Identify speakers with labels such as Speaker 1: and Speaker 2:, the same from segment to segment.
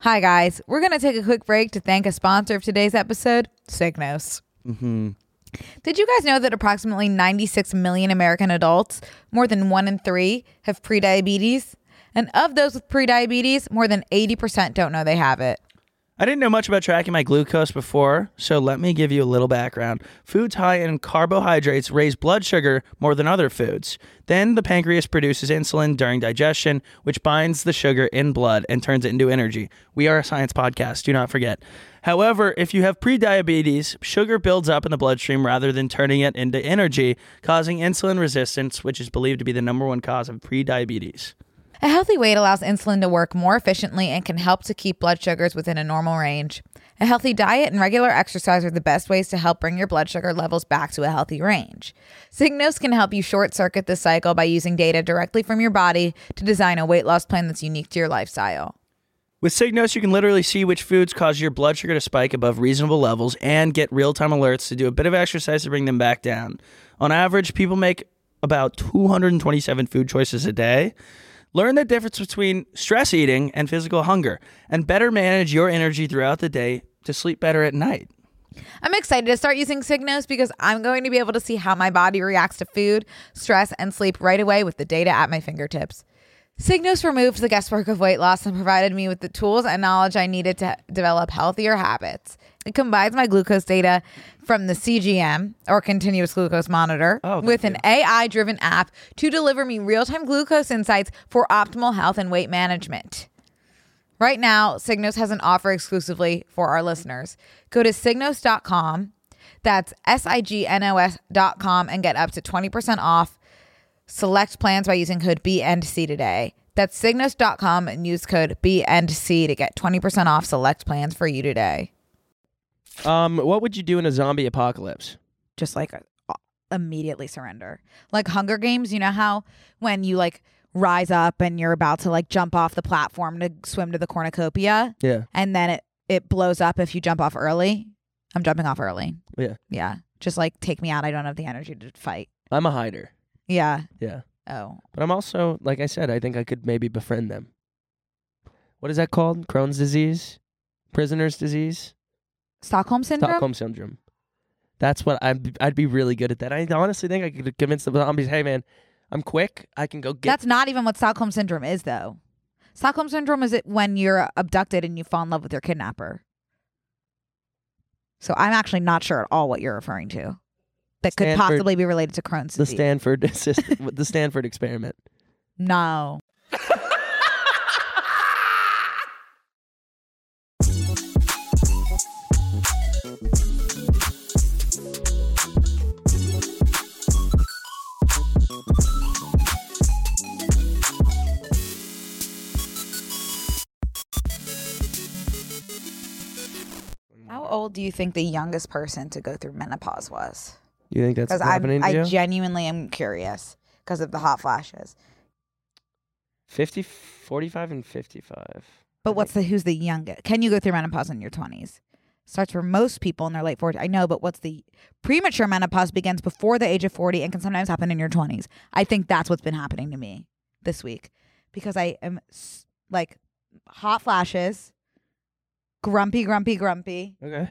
Speaker 1: Hi, guys. We're going to take a quick break to thank a sponsor of today's episode, Cygnos. Did you guys know that approximately 96 million American adults, more than one in three, have prediabetes? And of those with prediabetes, more than 80% don't know they have it.
Speaker 2: I didn't know much about tracking my glucose before, so let me give you a little background. Foods high in carbohydrates raise blood sugar more than other foods. Then the pancreas produces insulin during digestion, which binds the sugar in blood and turns it into energy. We are a science podcast, do not forget. However, if you have prediabetes, sugar builds up in the bloodstream rather than turning it into energy, causing insulin resistance, which is believed to be the number one cause of prediabetes.
Speaker 1: A healthy weight allows insulin to work more efficiently and can help to keep blood sugars within a normal range. A healthy diet and regular exercise are the best ways to help bring your blood sugar levels back to a healthy range. Signos can help you short circuit this cycle by using data directly from your body to design a weight loss plan that's unique to your lifestyle.
Speaker 2: With Signos, you can literally see which foods cause your blood sugar to spike above reasonable levels and get real time alerts to do a bit of exercise to bring them back down. On average, people make about 227 food choices a day. Learn the difference between stress eating and physical hunger, and better manage your energy throughout the day to sleep better at night.
Speaker 1: I'm excited to start using Signos because I'm going to be able to see how my body reacts to food, stress, and sleep right away with the data at my fingertips. Signos removed the guesswork of weight loss and provided me with the tools and knowledge I needed to develop healthier habits. It combines my glucose data from the CGM or continuous glucose monitor
Speaker 2: Oh, thank
Speaker 1: with an AI driven app to deliver me real time glucose insights for optimal health and weight management. Right now, Signos has an offer exclusively for our listeners. Go to signos.com, that's S I G N O S.com, and get up to 20% off select plans by using code B and C today. That's signos.com and use code B and C to get 20% off select plans for you today.
Speaker 3: Um, what would you do in a zombie apocalypse?
Speaker 1: Just like uh, immediately surrender. Like Hunger Games, you know how when you like rise up and you're about to like jump off the platform to swim to the cornucopia
Speaker 3: Yeah.
Speaker 1: and then it, it blows up if you jump off early? I'm jumping off early.
Speaker 3: Yeah.
Speaker 1: Yeah. Just like take me out. I don't have the energy to fight.
Speaker 3: I'm a hider.
Speaker 1: Yeah.
Speaker 3: Yeah.
Speaker 1: Oh.
Speaker 3: But I'm also, like I said, I think I could maybe befriend them. What is that called? Crohn's disease? Prisoner's disease?
Speaker 1: Stockholm syndrome?
Speaker 3: Stockholm syndrome. That's what I'd, I'd be really good at that. I honestly think I could convince the zombies, hey man, I'm quick. I can go get
Speaker 1: That's not even what Stockholm syndrome is, though. Stockholm syndrome is it when you're abducted and you fall in love with your kidnapper. So I'm actually not sure at all what you're referring to. That could
Speaker 3: Stanford-
Speaker 1: possibly be related to Crohn's
Speaker 3: the
Speaker 1: disease.
Speaker 3: Stanford system, the Stanford experiment.
Speaker 1: no. How old do you think the youngest person to go through menopause was?
Speaker 3: You think that's
Speaker 1: Because
Speaker 3: what's
Speaker 1: I
Speaker 3: happening to you?
Speaker 1: genuinely am curious because of the hot flashes.
Speaker 3: 50, 45, and 55.
Speaker 1: But what's the who's the youngest? Can you go through menopause in your twenties? Starts for most people in their late forties. I know, but what's the premature menopause begins before the age of forty and can sometimes happen in your twenties. I think that's what's been happening to me this week because I am s- like hot flashes, grumpy, grumpy, grumpy,
Speaker 3: Okay.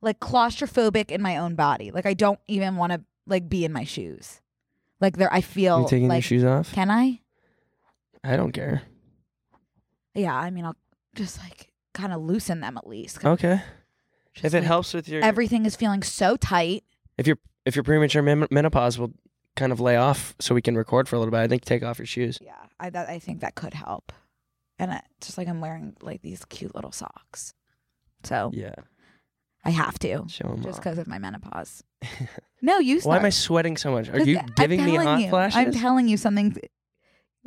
Speaker 1: like claustrophobic in my own body. Like I don't even want to like be in my shoes. Like there, I feel
Speaker 3: You taking your
Speaker 1: Oh, like
Speaker 3: shoes off?
Speaker 1: can I?
Speaker 3: I don't care.
Speaker 1: Yeah, I mean, I'll just like kind of loosen them at least.
Speaker 3: Okay.
Speaker 1: Just,
Speaker 3: Oh, If it
Speaker 1: like,
Speaker 3: helps with your
Speaker 1: everything is feeling so tight.
Speaker 3: if your if your premature men- menopause will kind of lay off so we can record for a little bit i think take off your shoes
Speaker 1: Yeah, I that I think that could help. And I, just like I'm wearing like these cute little socks, so
Speaker 3: yeah
Speaker 1: I have to
Speaker 3: show them
Speaker 1: just
Speaker 3: off.
Speaker 1: because of my menopause. no, you.
Speaker 3: why
Speaker 1: Start.
Speaker 3: am i sweating so much are
Speaker 1: 'Cause
Speaker 3: you
Speaker 1: I'm
Speaker 3: giving me
Speaker 1: telling
Speaker 3: hot
Speaker 1: you,
Speaker 3: flashes
Speaker 1: I'm telling you something. th-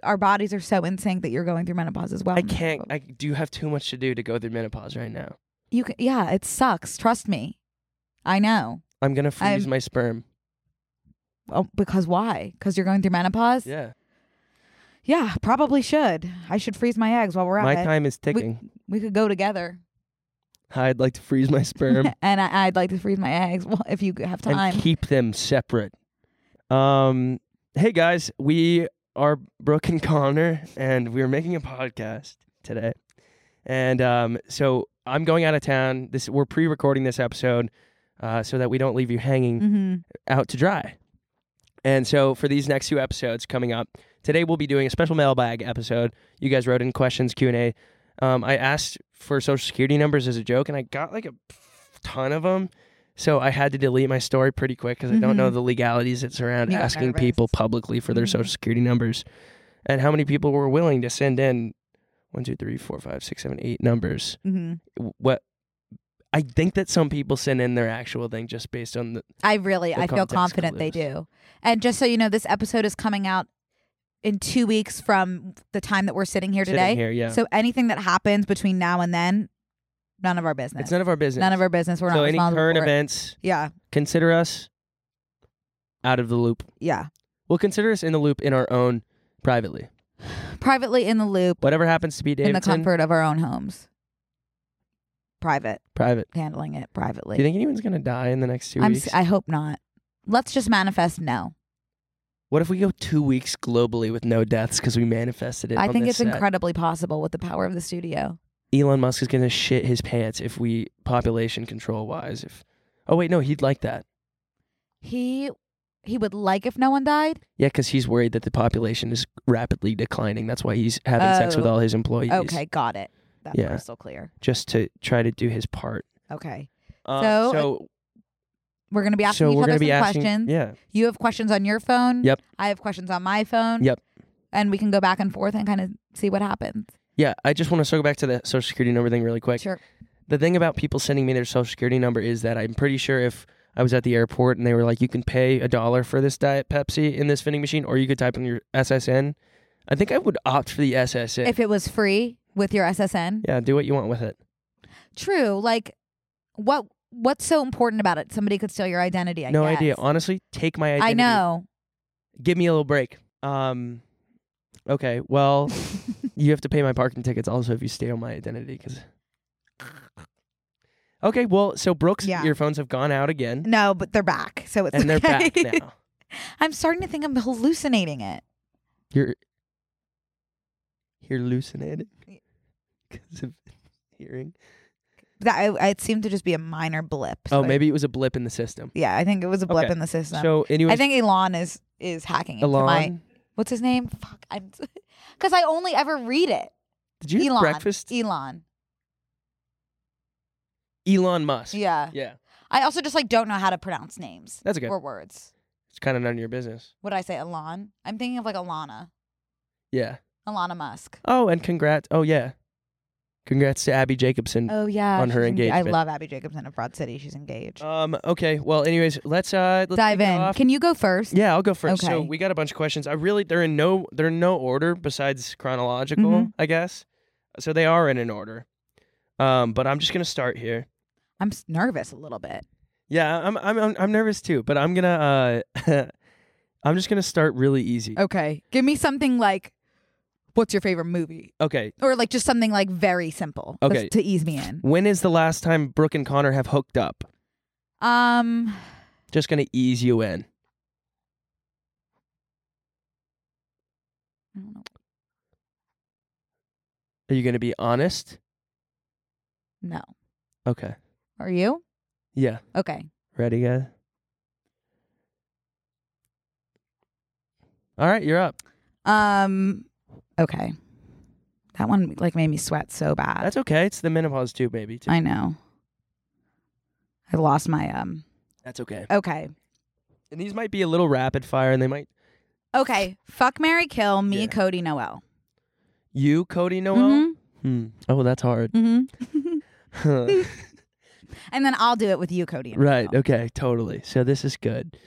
Speaker 1: Our bodies are so in sync that you're going through menopause as well.
Speaker 3: i can't i do have too much to do to go through menopause right now
Speaker 1: you can. Yeah, it sucks. Trust me. I know.
Speaker 3: i'm gonna freeze
Speaker 1: I'm-
Speaker 3: my sperm
Speaker 1: Oh, because why? Because you're going through menopause.
Speaker 3: yeah
Speaker 1: Yeah, probably should. I should freeze my eggs while we're at
Speaker 3: my
Speaker 1: it.
Speaker 3: time is ticking
Speaker 1: We could go together.
Speaker 3: i'd like to freeze my sperm
Speaker 1: and I, I'd like to freeze my eggs well, if you have time.
Speaker 3: and keep them separate um hey guys we are brooke and connor and we're making a podcast today And um, so I'm going out of town. This we're pre-recording this episode uh, so that we don't leave you hanging
Speaker 1: Mm-hmm.
Speaker 3: out to dry. And so for these next two episodes coming up, today we'll be doing a special mailbag episode. You guys wrote in questions Q&A. Um, I asked for social security numbers as a joke and I got like a ton of them. So I had to delete my story pretty quick because I don't know
Speaker 1: Mhm.
Speaker 3: the legalities that surround
Speaker 1: You got
Speaker 3: asking
Speaker 1: nervous.
Speaker 3: people publicly for their
Speaker 1: Mhm.
Speaker 3: social security numbers and how many people were willing to send in one, two, three, four, five, six, seven, eight numbers
Speaker 1: Mm-hmm.
Speaker 3: what I think that some people send in their actual thing just based on the
Speaker 1: I really,
Speaker 3: The
Speaker 1: I feel
Speaker 3: context
Speaker 1: confident they
Speaker 3: clues.
Speaker 1: do. And just so you know, this episode is coming out in two weeks from the time that we're sitting here
Speaker 3: sitting
Speaker 1: today.
Speaker 3: here. Yeah,
Speaker 1: So anything that happens between now and then, none of our business.
Speaker 3: it's none of our business.
Speaker 1: None of our business. We're
Speaker 3: so
Speaker 1: not
Speaker 3: any
Speaker 1: responsible
Speaker 3: current
Speaker 1: for it.
Speaker 3: events,
Speaker 1: Yeah,
Speaker 3: consider us out of the loop.
Speaker 1: yeah.
Speaker 3: We'll consider us in the loop in our own privately.
Speaker 1: Privately in the loop,
Speaker 3: Whatever happens to be
Speaker 1: in the
Speaker 3: Davidson,
Speaker 1: comfort of our own homes. Private,
Speaker 3: private.
Speaker 1: handling it privately.
Speaker 3: Do you think anyone's gonna die in the next 2
Speaker 1: I'm.
Speaker 3: weeks?
Speaker 1: s- I hope not. Let's just manifest no.
Speaker 3: what if we go two weeks globally with no deaths because we manifested it?
Speaker 1: I
Speaker 3: on
Speaker 1: think
Speaker 3: this
Speaker 1: it's
Speaker 3: set?
Speaker 1: incredibly possible with the power of the studio.
Speaker 3: Elon Musk is gonna shit his pants if we population control wise. If oh wait no, he'd like that.
Speaker 1: He he would like if no one died.
Speaker 3: Yeah, because he's worried that the population is rapidly declining. That's why he's having sex with
Speaker 1: Oh.
Speaker 3: all his employees.
Speaker 1: Okay, got it. That's
Speaker 3: Yeah.
Speaker 1: crystal clear.
Speaker 3: Just to try to do his part.
Speaker 1: Okay.
Speaker 3: Uh,
Speaker 1: So,
Speaker 3: so,
Speaker 1: We're gonna be asking
Speaker 3: so
Speaker 1: each
Speaker 3: we're
Speaker 1: other
Speaker 3: going to
Speaker 1: some
Speaker 3: be asking.
Speaker 1: questions.
Speaker 3: Yeah.
Speaker 1: You have questions on your phone.
Speaker 3: Yep.
Speaker 1: I have questions on my phone.
Speaker 3: Yep.
Speaker 1: And we can go back and forth and kind of see what happens.
Speaker 3: Yeah. I just want to circle back to the social security number thing really quick.
Speaker 1: Sure.
Speaker 3: The thing about people sending me their social security number is that I'm pretty sure if I was at the airport and they were like, you can pay a dollar for this Diet Pepsi in this vending machine, or you could type in your SSN, I think I would opt for the SSN.
Speaker 1: If it was free with your SSN.
Speaker 3: yeah, do what you want with it.
Speaker 1: True. Like what what's so important about it? Somebody could steal your identity. I
Speaker 3: no
Speaker 1: guess.
Speaker 3: idea. Honestly, take my identity.
Speaker 1: I know.
Speaker 3: give me a little break. Um, okay, well, you have to pay my parking tickets also if you steal my identity. Cause... Okay, well, so Brooks'
Speaker 1: Yeah.
Speaker 3: earphones have gone out again,
Speaker 1: No, but they're back. So it's
Speaker 3: and they're
Speaker 1: okay.
Speaker 3: back now.
Speaker 1: I'm starting to think I'm hallucinating it.
Speaker 3: You're you're hallucinating because of hearing.
Speaker 1: That I, it seemed to just be a minor blip.
Speaker 3: Oh,
Speaker 1: so I-
Speaker 3: maybe it was a blip in the system.
Speaker 1: Yeah, I think it was a blip
Speaker 3: Okay.
Speaker 1: in the system.
Speaker 3: So, anyway,
Speaker 1: I think Elon is is hacking into
Speaker 3: Elon,
Speaker 1: my what's his name? Fuck, I'm because I only ever read it.
Speaker 3: did you
Speaker 1: Elon, E
Speaker 3: have breakfast?
Speaker 1: Elon.
Speaker 3: Elon Musk.
Speaker 1: Yeah.
Speaker 3: yeah,
Speaker 1: I also just like don't know how to pronounce names
Speaker 3: that's okay.
Speaker 1: or words.
Speaker 3: It's kind of none of your business.
Speaker 1: What did I say? Elon. I'm thinking of like Alana,
Speaker 3: Yeah.
Speaker 1: Alana Musk.
Speaker 3: Oh, and congrats. Oh, yeah. Congrats to Abby Jacobson.
Speaker 1: Oh yeah,
Speaker 3: Mm. On her
Speaker 1: she's enga- I
Speaker 3: engagement.
Speaker 1: love Abby Jacobson of Broad City. She's engaged.
Speaker 3: Um. Okay. Well. Anyways, let's uh let's
Speaker 1: Dive
Speaker 3: kick it
Speaker 1: in.
Speaker 3: off.
Speaker 1: Can you go first?
Speaker 3: yeah, I'll go first. So
Speaker 1: Okay.
Speaker 3: we got a bunch of questions. I really they're in no they're in no order besides chronological,
Speaker 1: Mhm.
Speaker 3: I guess. So they are in an order. Um. But I'm just gonna start here.
Speaker 1: I'm s- nervous a little bit.
Speaker 3: Yeah. I'm I'm I'm, I'm nervous too. But I'm gonna uh. I'm just gonna start really easy.
Speaker 1: Okay, give me something like, what's your favorite movie,
Speaker 3: Okay.
Speaker 1: or like just something like very simple. just
Speaker 3: Okay.
Speaker 1: to ease me in.
Speaker 3: When is the last time Brooke and Connor have hooked up?
Speaker 1: Um,
Speaker 3: Just gonna ease you in.
Speaker 1: I don't know.
Speaker 3: Are you gonna be honest?
Speaker 1: No,
Speaker 3: Okay.
Speaker 1: are you?
Speaker 3: Yeah.
Speaker 1: Okay.
Speaker 3: Ready, guys? All right, you're up.
Speaker 1: Um, okay. That one like made me sweat so bad.
Speaker 3: That's okay. It's the menopause too, baby. Too.
Speaker 1: I know. I lost my um.
Speaker 3: That's okay.
Speaker 1: Okay.
Speaker 3: And these might be a little rapid fire, and they might
Speaker 1: Okay. Fuck Mary Kill me,
Speaker 3: Yeah.
Speaker 1: Cody Noel.
Speaker 3: you, Cody Noel. Hmm. Oh, that's hard.
Speaker 1: Mm-hmm. hmm and then I'll do it with you, Cody. Noel.
Speaker 3: right. Okay. Totally. So this is good.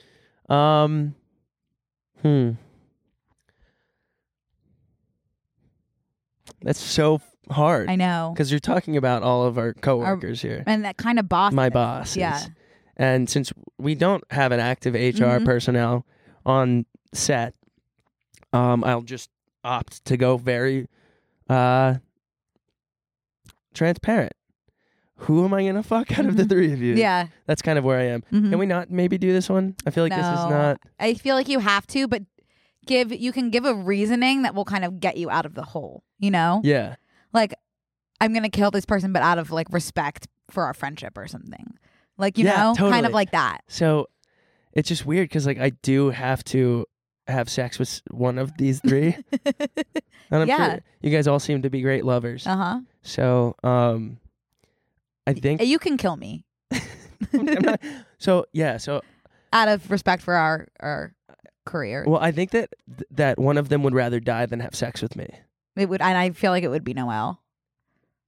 Speaker 3: Um. Hmm. That's so f- hard
Speaker 1: I know.
Speaker 3: because you're talking about all of our coworkers here.
Speaker 1: And that kind of boss.
Speaker 3: my bosses.
Speaker 1: Yeah.
Speaker 3: And since we don't have an active HR
Speaker 1: Mhm.
Speaker 3: personnel on set, um, I'll just opt to go very uh, transparent. Who am I gonna fuck out of the
Speaker 1: Mhm.
Speaker 3: three of you?
Speaker 1: Yeah.
Speaker 3: that's kind of where I am.
Speaker 1: mhm.
Speaker 3: Can we not maybe do this one? I feel like this is
Speaker 1: No.
Speaker 3: not.
Speaker 1: I feel like you have to, but give you can give a reasoning that will kind of get you out of the hole. You know.
Speaker 3: Yeah,
Speaker 1: like I'm gonna kill this person, but out of like respect for our friendship or something. Like you
Speaker 3: Yeah,
Speaker 1: know, kind
Speaker 3: totally.
Speaker 1: of like that.
Speaker 3: So it's just weird because like I do have to have sex with s- one of these three. and I'm
Speaker 1: Yeah.
Speaker 3: sure you guys all seem to be great lovers.
Speaker 1: Uh huh.
Speaker 3: So um I think
Speaker 1: You can kill me
Speaker 3: I'm not- so yeah, so
Speaker 1: out of respect for our our career.
Speaker 3: well I think that that one of them would rather die than have sex with me.
Speaker 1: It would, and I feel like it would be Noel.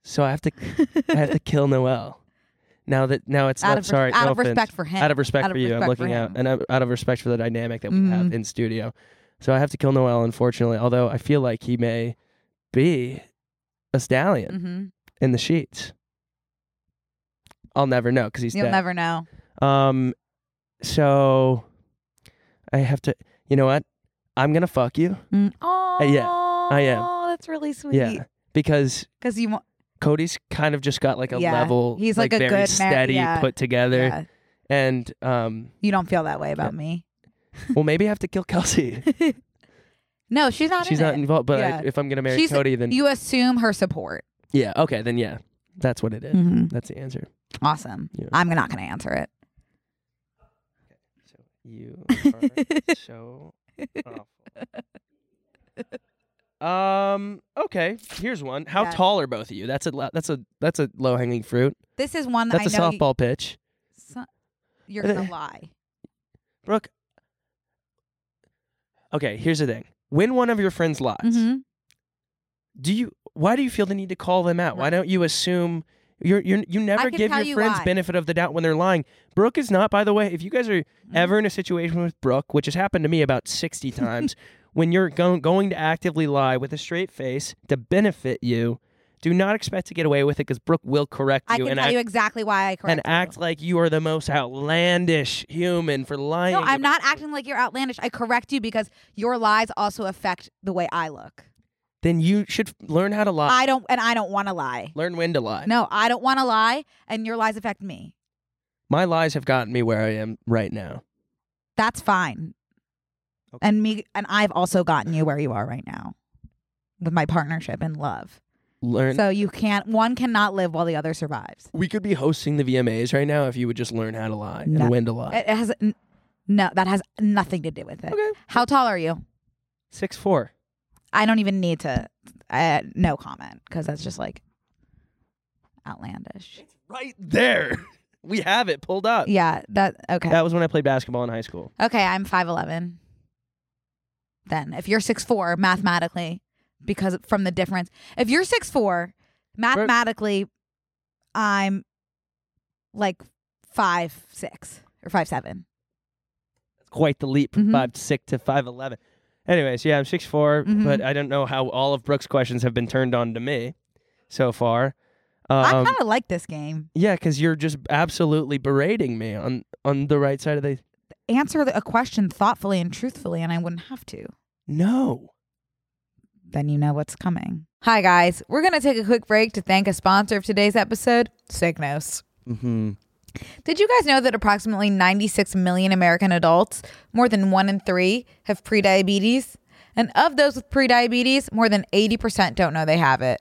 Speaker 3: So I have to I have to kill Noel. Now that now it's
Speaker 1: out
Speaker 3: not
Speaker 1: of res-
Speaker 3: sorry,
Speaker 1: out
Speaker 3: no
Speaker 1: of
Speaker 3: offense.
Speaker 1: respect for him.
Speaker 3: out of respect
Speaker 1: Out of
Speaker 3: for you, I'm
Speaker 1: respect for
Speaker 3: looking out
Speaker 1: him.
Speaker 3: and out out of respect for the dynamic that we have
Speaker 1: Mhm.
Speaker 3: in studio. So I have to kill Noel, unfortunately. Although I feel like he may be a stallion
Speaker 1: mm-hmm.
Speaker 3: in the sheets. I'll never know because he's
Speaker 1: You'll
Speaker 3: dead.
Speaker 1: never know.
Speaker 3: um, so I have to. You know what? I'm gonna fuck you.
Speaker 1: Oh,
Speaker 3: Uh, yeah, I am.
Speaker 1: That's really sweet.
Speaker 3: Yeah, because
Speaker 1: because you want.
Speaker 3: Cody's kind of just got like a
Speaker 1: Yeah,
Speaker 3: level.
Speaker 1: he's like a
Speaker 3: very
Speaker 1: good mar-
Speaker 3: steady,
Speaker 1: yeah,
Speaker 3: put together,
Speaker 1: Yeah,
Speaker 3: and um.
Speaker 1: you don't feel that way about me.
Speaker 3: Well, maybe I have to kill Kelsey.
Speaker 1: No, she's not.
Speaker 3: She's
Speaker 1: in
Speaker 3: not
Speaker 1: it.
Speaker 3: involved, but I-
Speaker 1: Yeah.
Speaker 3: if I'm gonna marry
Speaker 1: She's-
Speaker 3: Cody, then
Speaker 1: you assume her support.
Speaker 3: Yeah. Okay. Then yeah, that's what it is.
Speaker 1: Mm-hmm.
Speaker 3: That's the answer.
Speaker 1: Awesome.
Speaker 3: Yeah.
Speaker 1: I'm not going to answer it.
Speaker 3: So you are so awful. Um. Okay. Here's one. How
Speaker 1: Yeah.
Speaker 3: tall are both of you? That's a lo- that's a that's a low hanging fruit.
Speaker 1: This is one
Speaker 3: That's a
Speaker 1: Mm, I know
Speaker 3: softball pitch.
Speaker 1: You, are going to lie.
Speaker 3: Brooke. Okay. Here's the thing. Win one of your friends' lots.
Speaker 1: Mhm.
Speaker 3: Do you? Why do you feel the need to call them out? Why
Speaker 1: Right.
Speaker 3: don't you assume? You're, you're, you never
Speaker 1: can
Speaker 3: give
Speaker 1: tell
Speaker 3: your
Speaker 1: you
Speaker 3: friends
Speaker 1: why.
Speaker 3: benefit of the doubt when they're lying. Brooke is not, by the way. If you guys are
Speaker 1: Mm-hmm.
Speaker 3: ever in a situation with Brooke, which has happened to me about 60 times, when you're go- going to actively lie with a straight face to benefit you, do not expect to get away with it because Brooke will correct
Speaker 1: I
Speaker 3: you
Speaker 1: can
Speaker 3: and,
Speaker 1: tell
Speaker 3: act,
Speaker 1: you exactly why I correct
Speaker 3: and act like you are the most outlandish human for lying.
Speaker 1: you. No, I'm not acting like you're outlandish. I correct you because your lies also affect the way I look.
Speaker 3: Then you should learn how to lie.
Speaker 1: I don't, and I don't want to lie.
Speaker 3: learn when to lie.
Speaker 1: No, I don't want to lie, and your lies affect me.
Speaker 3: My lies have gotten me where I am right now.
Speaker 1: That's fine.
Speaker 3: Okay.
Speaker 1: And me, and I've also gotten you where you are right now with my partnership and love.
Speaker 3: Learn.
Speaker 1: So you can't, one cannot live while the other survives.
Speaker 3: we could be hosting the VMAs right now if you would just learn how to lie
Speaker 1: No.
Speaker 3: and when to lie.
Speaker 1: It has, n- no, that has nothing to do with it.
Speaker 3: Okay.
Speaker 1: How tall are you?
Speaker 3: Six four.
Speaker 1: I don't even need to. Uh, no comment because that's just like outlandish.
Speaker 3: Right there. We have it pulled up.
Speaker 1: Yeah. That okay.
Speaker 3: That was when I played basketball in high school.
Speaker 1: Okay, I'm five eleven. Then if you're six four mathematically, because from the difference, if you're six four mathematically, I'm like five six or five seven.
Speaker 3: It's quite the leap from
Speaker 1: Mhm.
Speaker 3: five to six to five eleven. Anyways, yeah, I'm six
Speaker 1: Mhm.
Speaker 3: but I don't know how all of Brooks' questions have been turned on to me so far.
Speaker 1: I
Speaker 3: Um,
Speaker 1: kind of like this game.
Speaker 3: yeah, because you're just absolutely berating me on on the right side of the.
Speaker 1: Answer the- a question thoughtfully and truthfully, and I wouldn't have to.
Speaker 3: No.
Speaker 1: then you know what's coming. Hi, guys. We're going to take a quick break to thank a sponsor of today's episode, Signos.
Speaker 2: Mm-hmm.
Speaker 1: Did you guys know that approximately 96 million American adults, more than one in three, have prediabetes? And of those with prediabetes, more than 80% don't know they have it.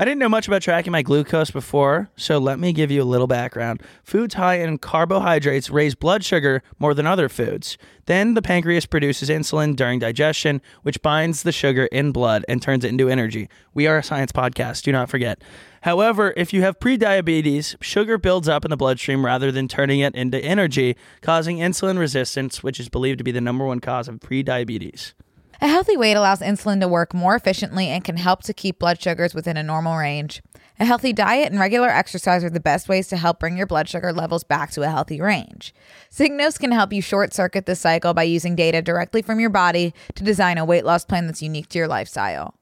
Speaker 2: I didn't know much about tracking my glucose before, so let me give you a little background. Foods high in carbohydrates raise blood sugar more than other foods. Then the pancreas produces insulin during digestion, which binds the sugar in blood and turns it into energy. We are a science podcast, do not forget. However, if you have prediabetes, sugar builds up in the bloodstream rather than turning it into energy, causing insulin resistance, which is believed to be the number one cause of prediabetes.
Speaker 1: A healthy weight allows insulin to work more efficiently and can help to keep blood sugars within a normal range. A healthy diet and regular exercise are the best ways to help bring your blood sugar levels back to a healthy range. Signos can help you short circuit this cycle by using data directly from your body to design a weight loss plan that's unique to your lifestyle.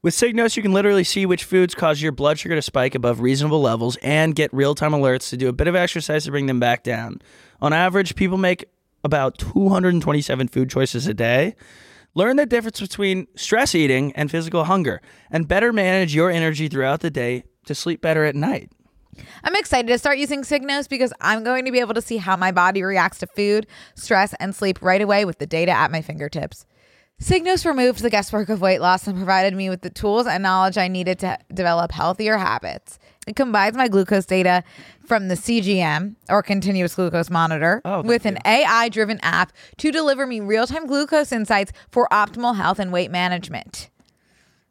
Speaker 2: With Signos, you can literally see which foods cause your blood sugar to spike above reasonable levels and get real time alerts to do a bit of exercise to bring them back down. On average, people make about 227 food choices a day. Learn the difference between stress eating and physical hunger, and better manage your energy throughout the day to sleep better at night.
Speaker 1: I'm excited to start using Signos because I'm going to be able to see how my body reacts to food, stress, and sleep right away with the data at my fingertips. Signos removed the guesswork of weight loss and provided me with the tools and knowledge I needed to develop healthier habits. It combines my glucose data from the CGM or continuous glucose monitor
Speaker 2: Oh, thank
Speaker 1: with an AI driven app to deliver me real time glucose insights for optimal health and weight management.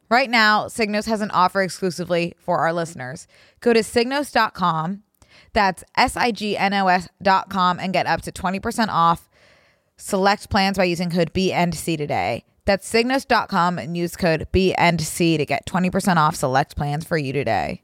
Speaker 1: Right now, Signos has an offer exclusively for our listeners. Go to signos.com, that's S I G N O S.com, and get up to 20% off select plans by using code B and C today. That's signos.com and use code B and C to get 20% off select plans for you today.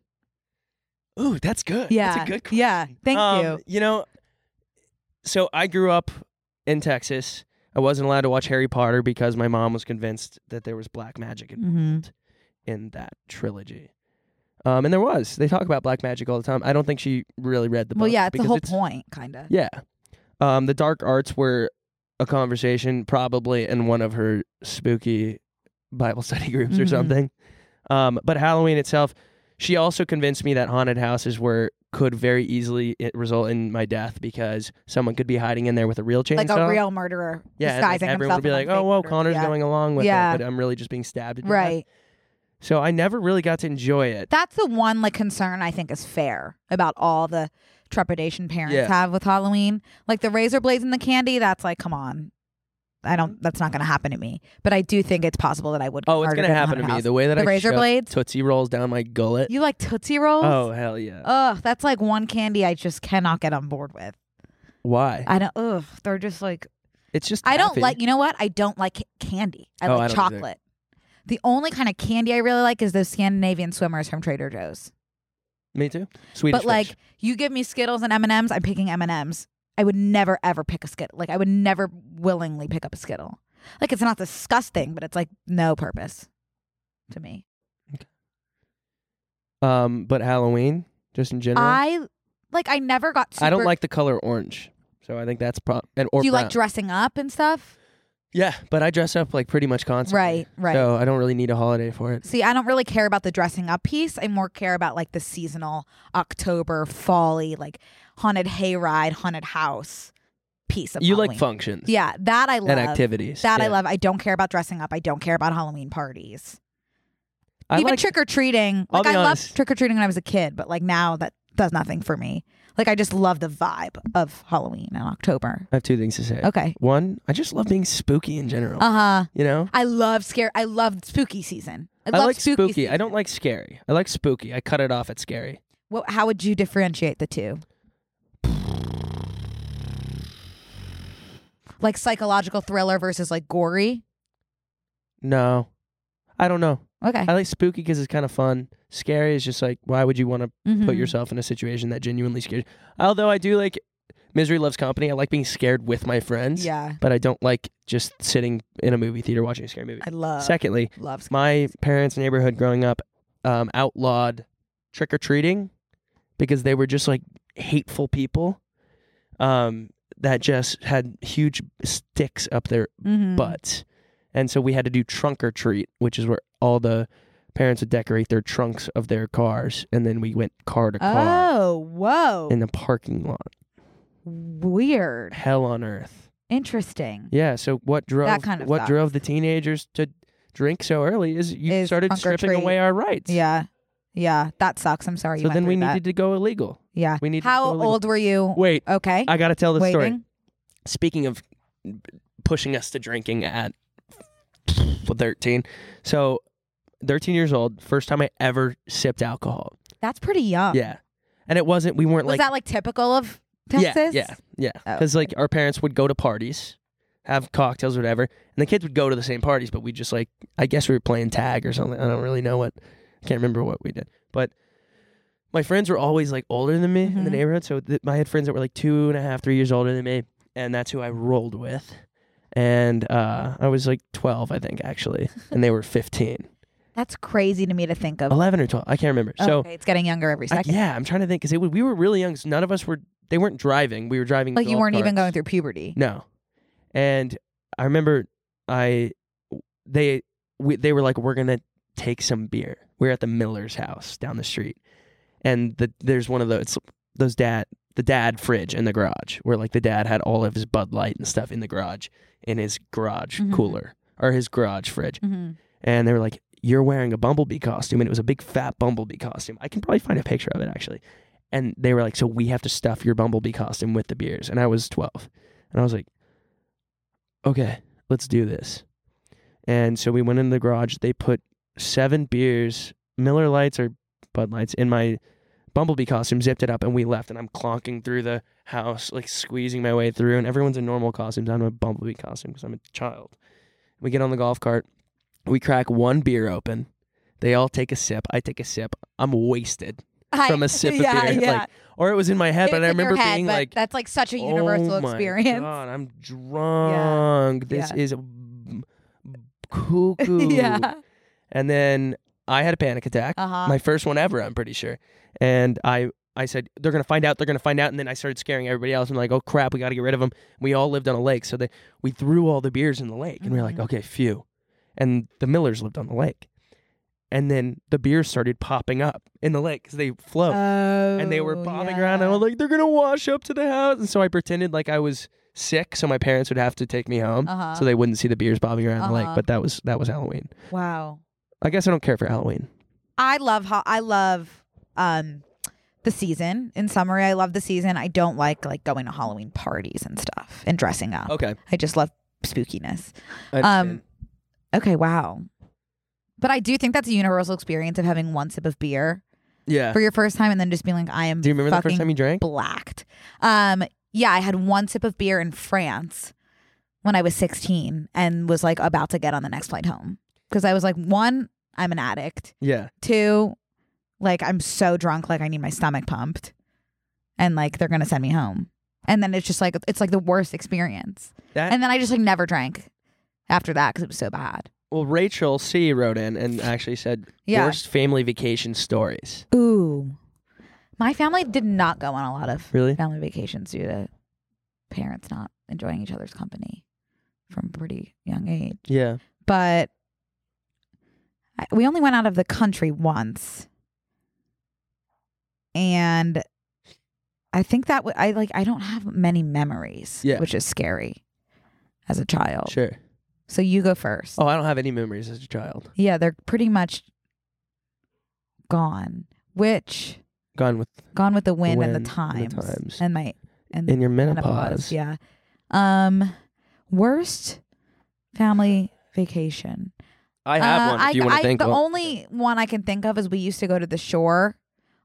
Speaker 3: Ooh, that's good.
Speaker 1: Yeah.
Speaker 3: That's a good question.
Speaker 1: Yeah. Thank
Speaker 3: Um,
Speaker 1: you.
Speaker 3: You know, so I grew up in Texas. I wasn't allowed to watch Harry Potter because my mom was convinced that there was black magic in,
Speaker 1: Mhm.
Speaker 3: in that trilogy. Um, and there was. They talk about black magic all the time. I don't think she really read the book.
Speaker 1: Well, yeah, it's the
Speaker 3: because
Speaker 1: whole point, kind of.
Speaker 3: Yeah. Um, the dark arts were a conversation probably in one of her spooky Bible study groups or
Speaker 1: Mhm.
Speaker 3: something. Um, but Halloween itself, she also convinced me that haunted houses were could very easily it result in my death because someone could be hiding in there with a real chainsaw.
Speaker 1: Like a real murderer
Speaker 3: yeah, and, like,
Speaker 1: disguising
Speaker 3: everyone
Speaker 1: himself.
Speaker 3: would be
Speaker 1: as
Speaker 3: like,
Speaker 1: a
Speaker 3: "Oh,
Speaker 1: fake
Speaker 3: well,
Speaker 1: murderer."
Speaker 3: Connor's
Speaker 1: Yeah.
Speaker 3: going along with
Speaker 1: Yeah.
Speaker 3: it, but I'm really just being stabbed." to death."
Speaker 1: Right.
Speaker 3: So I never really got to enjoy it.
Speaker 1: That's the one like concern I think is fair about all the trepidation parents
Speaker 3: Yeah.
Speaker 1: have with Halloween. Like the razor blades and the candy, that's like, come on. I don't that's not gonna happen to me. But I do think it's possible that I would
Speaker 3: oh, it's
Speaker 1: harder
Speaker 3: gonna
Speaker 1: than
Speaker 3: happen to
Speaker 1: Haunted
Speaker 3: me.
Speaker 1: House.
Speaker 3: The way that
Speaker 1: The
Speaker 3: I
Speaker 1: razor
Speaker 3: shove
Speaker 1: blades?
Speaker 3: Tootsie rolls down my gullet.
Speaker 1: You like Tootsie Rolls?
Speaker 3: oh hell yeah!
Speaker 1: Ugh, that's like one candy I just cannot get on board with.
Speaker 3: Why?
Speaker 1: I don't ugh, they're just like
Speaker 3: it's just
Speaker 1: I don't
Speaker 3: taffy.
Speaker 1: like you know what? I don't like ca- candy. I
Speaker 3: Oh, I
Speaker 1: like
Speaker 3: don't either.
Speaker 1: chocolate. The only kind of candy I really like is those Scandinavian swimmers from Trader Joe's.
Speaker 3: Me too. Swedish
Speaker 1: but like
Speaker 3: fish.
Speaker 1: you give me skittles and m&ms i'm picking m&ms i would never ever pick a skittle like i would never willingly pick up a skittle like it's not disgusting but it's like no purpose to me
Speaker 3: um, but Halloween, just in general, I,
Speaker 1: i like i never got super
Speaker 3: don't like the color orange, so I think that's pro and
Speaker 1: do
Speaker 3: or
Speaker 1: you
Speaker 3: brown.
Speaker 1: like dressing up and stuff
Speaker 3: yeah, but I dress up like pretty much constantly,
Speaker 1: Right, right.
Speaker 3: So I don't really need a holiday for it.
Speaker 1: see i don't really care about the dressing up piece i more care about like the seasonal october folly like haunted hayride haunted house piece of
Speaker 3: You like
Speaker 1: Halloween.
Speaker 3: functions,
Speaker 1: yeah that i love
Speaker 3: and activities
Speaker 1: that i
Speaker 3: Yeah.
Speaker 1: love i don't care about dressing up i don't care about halloween parties
Speaker 3: I
Speaker 1: even
Speaker 3: like,
Speaker 1: trick or treating.
Speaker 3: I'll
Speaker 1: Like
Speaker 3: be
Speaker 1: I loved
Speaker 3: honest.
Speaker 1: trick or treating when I was a kid, but like now that does nothing for me. Like I just love the vibe of Halloween in October.
Speaker 3: I have two things to say.
Speaker 1: Okay.
Speaker 3: One, I just love being spooky in general.
Speaker 1: Uh huh.
Speaker 3: you know,
Speaker 1: I love scare. I love spooky season. I,
Speaker 3: I
Speaker 1: love
Speaker 3: like
Speaker 1: spooky.
Speaker 3: spooky. I
Speaker 1: season.
Speaker 3: don't like scary. I like spooky. I cut it off at scary.
Speaker 1: What, how would you differentiate the two? Like psychological thriller versus like gory.
Speaker 3: No, I don't know.
Speaker 1: Okay.
Speaker 3: I like spooky because it's kind of fun. Scary is just like, why would you want to put
Speaker 1: Mhm.
Speaker 3: yourself in a situation that genuinely scares you? Although I do like Misery Loves Company. I like being scared with my friends.
Speaker 1: Yeah.
Speaker 3: But I don't like just sitting in a movie theater watching a scary movie.
Speaker 1: I love.
Speaker 3: Secondly,
Speaker 1: love. scary.
Speaker 3: my parents' neighborhood growing up um, outlawed trick or treating because they were just like hateful people um, that just had huge sticks up their
Speaker 1: Mhm.
Speaker 3: butts. And so we had to do trunk or treat, which is where all the parents would decorate their trunks of their cars. And then we went car to car
Speaker 1: Oh, whoa.
Speaker 3: in the parking lot.
Speaker 1: Weird.
Speaker 3: Hell on earth.
Speaker 1: Interesting.
Speaker 3: Yeah. So what drove
Speaker 1: kind of
Speaker 3: what
Speaker 1: sucks.
Speaker 3: drove the teenagers to drink so early is you
Speaker 1: Is
Speaker 3: started
Speaker 1: trunk or
Speaker 3: stripping
Speaker 1: treat.
Speaker 3: away our rights.
Speaker 1: Yeah. Yeah. That sucks. I'm sorry. you
Speaker 3: So
Speaker 1: went
Speaker 3: then we
Speaker 1: through that.
Speaker 3: needed to go illegal.
Speaker 1: Yeah.
Speaker 3: We needed.
Speaker 1: How
Speaker 3: to go illegal.
Speaker 1: old were you?
Speaker 3: Wait,
Speaker 1: Okay.
Speaker 3: I gotta tell this
Speaker 1: Waiting.
Speaker 3: story. Speaking of b- pushing us to drinking at thirteen, so thirteen years old, first time I ever sipped alcohol.
Speaker 1: That's pretty young.
Speaker 3: Yeah, and it wasn't. We weren't
Speaker 1: Uh, Was
Speaker 3: like
Speaker 1: that like typical of
Speaker 3: yeah,
Speaker 1: Texas?
Speaker 3: yeah, yeah.
Speaker 1: Oh,
Speaker 3: Because like our parents would go to parties, have cocktails, or whatever, and the kids would go to the same parties, but we just like I guess we were playing tag or something. I don't really know what. I can't remember what we did, but my friends were always like older than me in the
Speaker 1: Mhm.
Speaker 3: neighborhood. So th- I had friends that were like two and a half, three years older than me, and that's who I rolled with. And uh, I was like twelve, I think, actually, and they were fifteen.
Speaker 1: That's crazy to me to think of.
Speaker 3: 11 or 12. I can't remember. Oh, So
Speaker 1: okay, it's getting younger every
Speaker 3: I-
Speaker 1: second.
Speaker 3: yeah, I'm trying to think because we were really young. 'cause none of us were. They weren't driving. We were driving.
Speaker 1: like you
Speaker 3: golf
Speaker 1: weren't even
Speaker 3: carts.
Speaker 1: going through puberty.
Speaker 3: No, and I remember I they we, they were like we're gonna take some beer. We are at the Miller's house down the street, and the there's one of those those dad the dad fridge in the garage where like the dad had all of his Bud Light and stuff in the garage in his garage
Speaker 1: Mhm.
Speaker 3: cooler or his garage fridge,
Speaker 1: Mm-hmm.
Speaker 3: and they were like, "You're wearing a bumblebee costume," and it was a big fat bumblebee costume. I can probably find a picture of it actually. And they were like, "So we have to stuff your bumblebee costume with the beers," and I was twelve, and I was like, "Okay, let's do this." And so we went in the garage. They put seven beers, Miller Lights or Bud Lights, in my bumblebee costume, zipped it up, and we left. And I'm clonking through the house, like squeezing my way through. And everyone's in normal costumes. I'm in a bumblebee costume because I'm a child. We get on the golf cart. We crack one beer open. They all take a sip. I take a sip. I'm wasted from a sip of
Speaker 1: Mm-hmm. yeah,
Speaker 3: beer.
Speaker 1: Yeah.
Speaker 3: Like, or it was in my head,
Speaker 1: It's
Speaker 3: but I
Speaker 1: in your
Speaker 3: remember
Speaker 1: head,
Speaker 3: being
Speaker 1: but
Speaker 3: like,
Speaker 1: that's like such a
Speaker 3: "Oh
Speaker 1: universal
Speaker 3: my
Speaker 1: experience.
Speaker 3: God, I'm drunk. This
Speaker 1: Yeah.
Speaker 3: is m- m- cuckoo.
Speaker 1: yeah.
Speaker 3: And then I had a panic attack.
Speaker 1: Uh-huh.
Speaker 3: My first one ever, I'm pretty sure. And I I said, they're going to find out, they're going to find out. And then I started scaring everybody else. I'm like, oh crap, we got to get rid of them. We all lived on a lake. So they, we threw all the beers in the lake. And we were like,
Speaker 1: Mhm.
Speaker 3: okay, phew. And the Millers lived on the lake. And then the beers started popping up in the lake because they float.
Speaker 1: Oh,
Speaker 3: and they were bobbing
Speaker 1: yeah.
Speaker 3: around. And I was like, they're going to wash up to the house. And so I pretended like I was sick. So my parents would have to take me home.
Speaker 1: Uh-huh.
Speaker 3: So they wouldn't see the beers bobbing around the
Speaker 1: Uh-huh.
Speaker 3: lake. But that was that was Halloween.
Speaker 1: wow.
Speaker 3: I guess I don't care for Halloween.
Speaker 1: I love how I love um the season. In summary, I love the season. I don't like like going to Halloween parties and stuff and dressing up.
Speaker 3: Okay.
Speaker 1: I just love spookiness.
Speaker 3: Um,
Speaker 1: Um okay, wow. But I do think that's a universal experience of having one sip of beer
Speaker 3: yeah.
Speaker 1: for your first time and then just being like, I am
Speaker 3: Do you remember the
Speaker 1: fucking
Speaker 3: first time you drank?
Speaker 1: blacked. Um, yeah, I had one sip of beer in France when I was 16 and was like about to get on the next flight home because I was like, one, I'm an addict.
Speaker 3: Yeah.
Speaker 1: Two, like I'm so drunk, like I need my stomach pumped, and like they're gonna send me home. And then it's just like it's like the worst experience.
Speaker 3: That
Speaker 1: And then I just like never drank after that because it was so bad.
Speaker 3: well, Rachel C wrote in and actually said
Speaker 1: Yeah.
Speaker 3: worst family vacation stories.
Speaker 1: Ooh, my family did not go on a lot of
Speaker 3: Really?
Speaker 1: family vacations due to parents not enjoying each other's company from a pretty young age.
Speaker 3: Yeah.
Speaker 1: But I- we only went out of the country once, and I think that w- I like I don't have many memories,
Speaker 3: Yeah.
Speaker 1: which is scary as a child.
Speaker 3: Sure.
Speaker 1: So you go first.
Speaker 3: Oh, I don't have any memories as a child.
Speaker 1: Yeah, they're pretty much gone. Which
Speaker 3: Gone with
Speaker 1: Gone with the Wind, and
Speaker 3: Wind and
Speaker 1: the
Speaker 3: the
Speaker 1: Times,
Speaker 3: Times.
Speaker 1: and my and
Speaker 3: in your
Speaker 1: Mm, menopause.
Speaker 3: menopause.
Speaker 1: Yeah. Um, worst family vacation.
Speaker 3: I have
Speaker 1: Uh,
Speaker 3: one. If you want
Speaker 1: I-
Speaker 3: to think
Speaker 1: the
Speaker 3: of
Speaker 1: only one I can think of is we used to go to the shore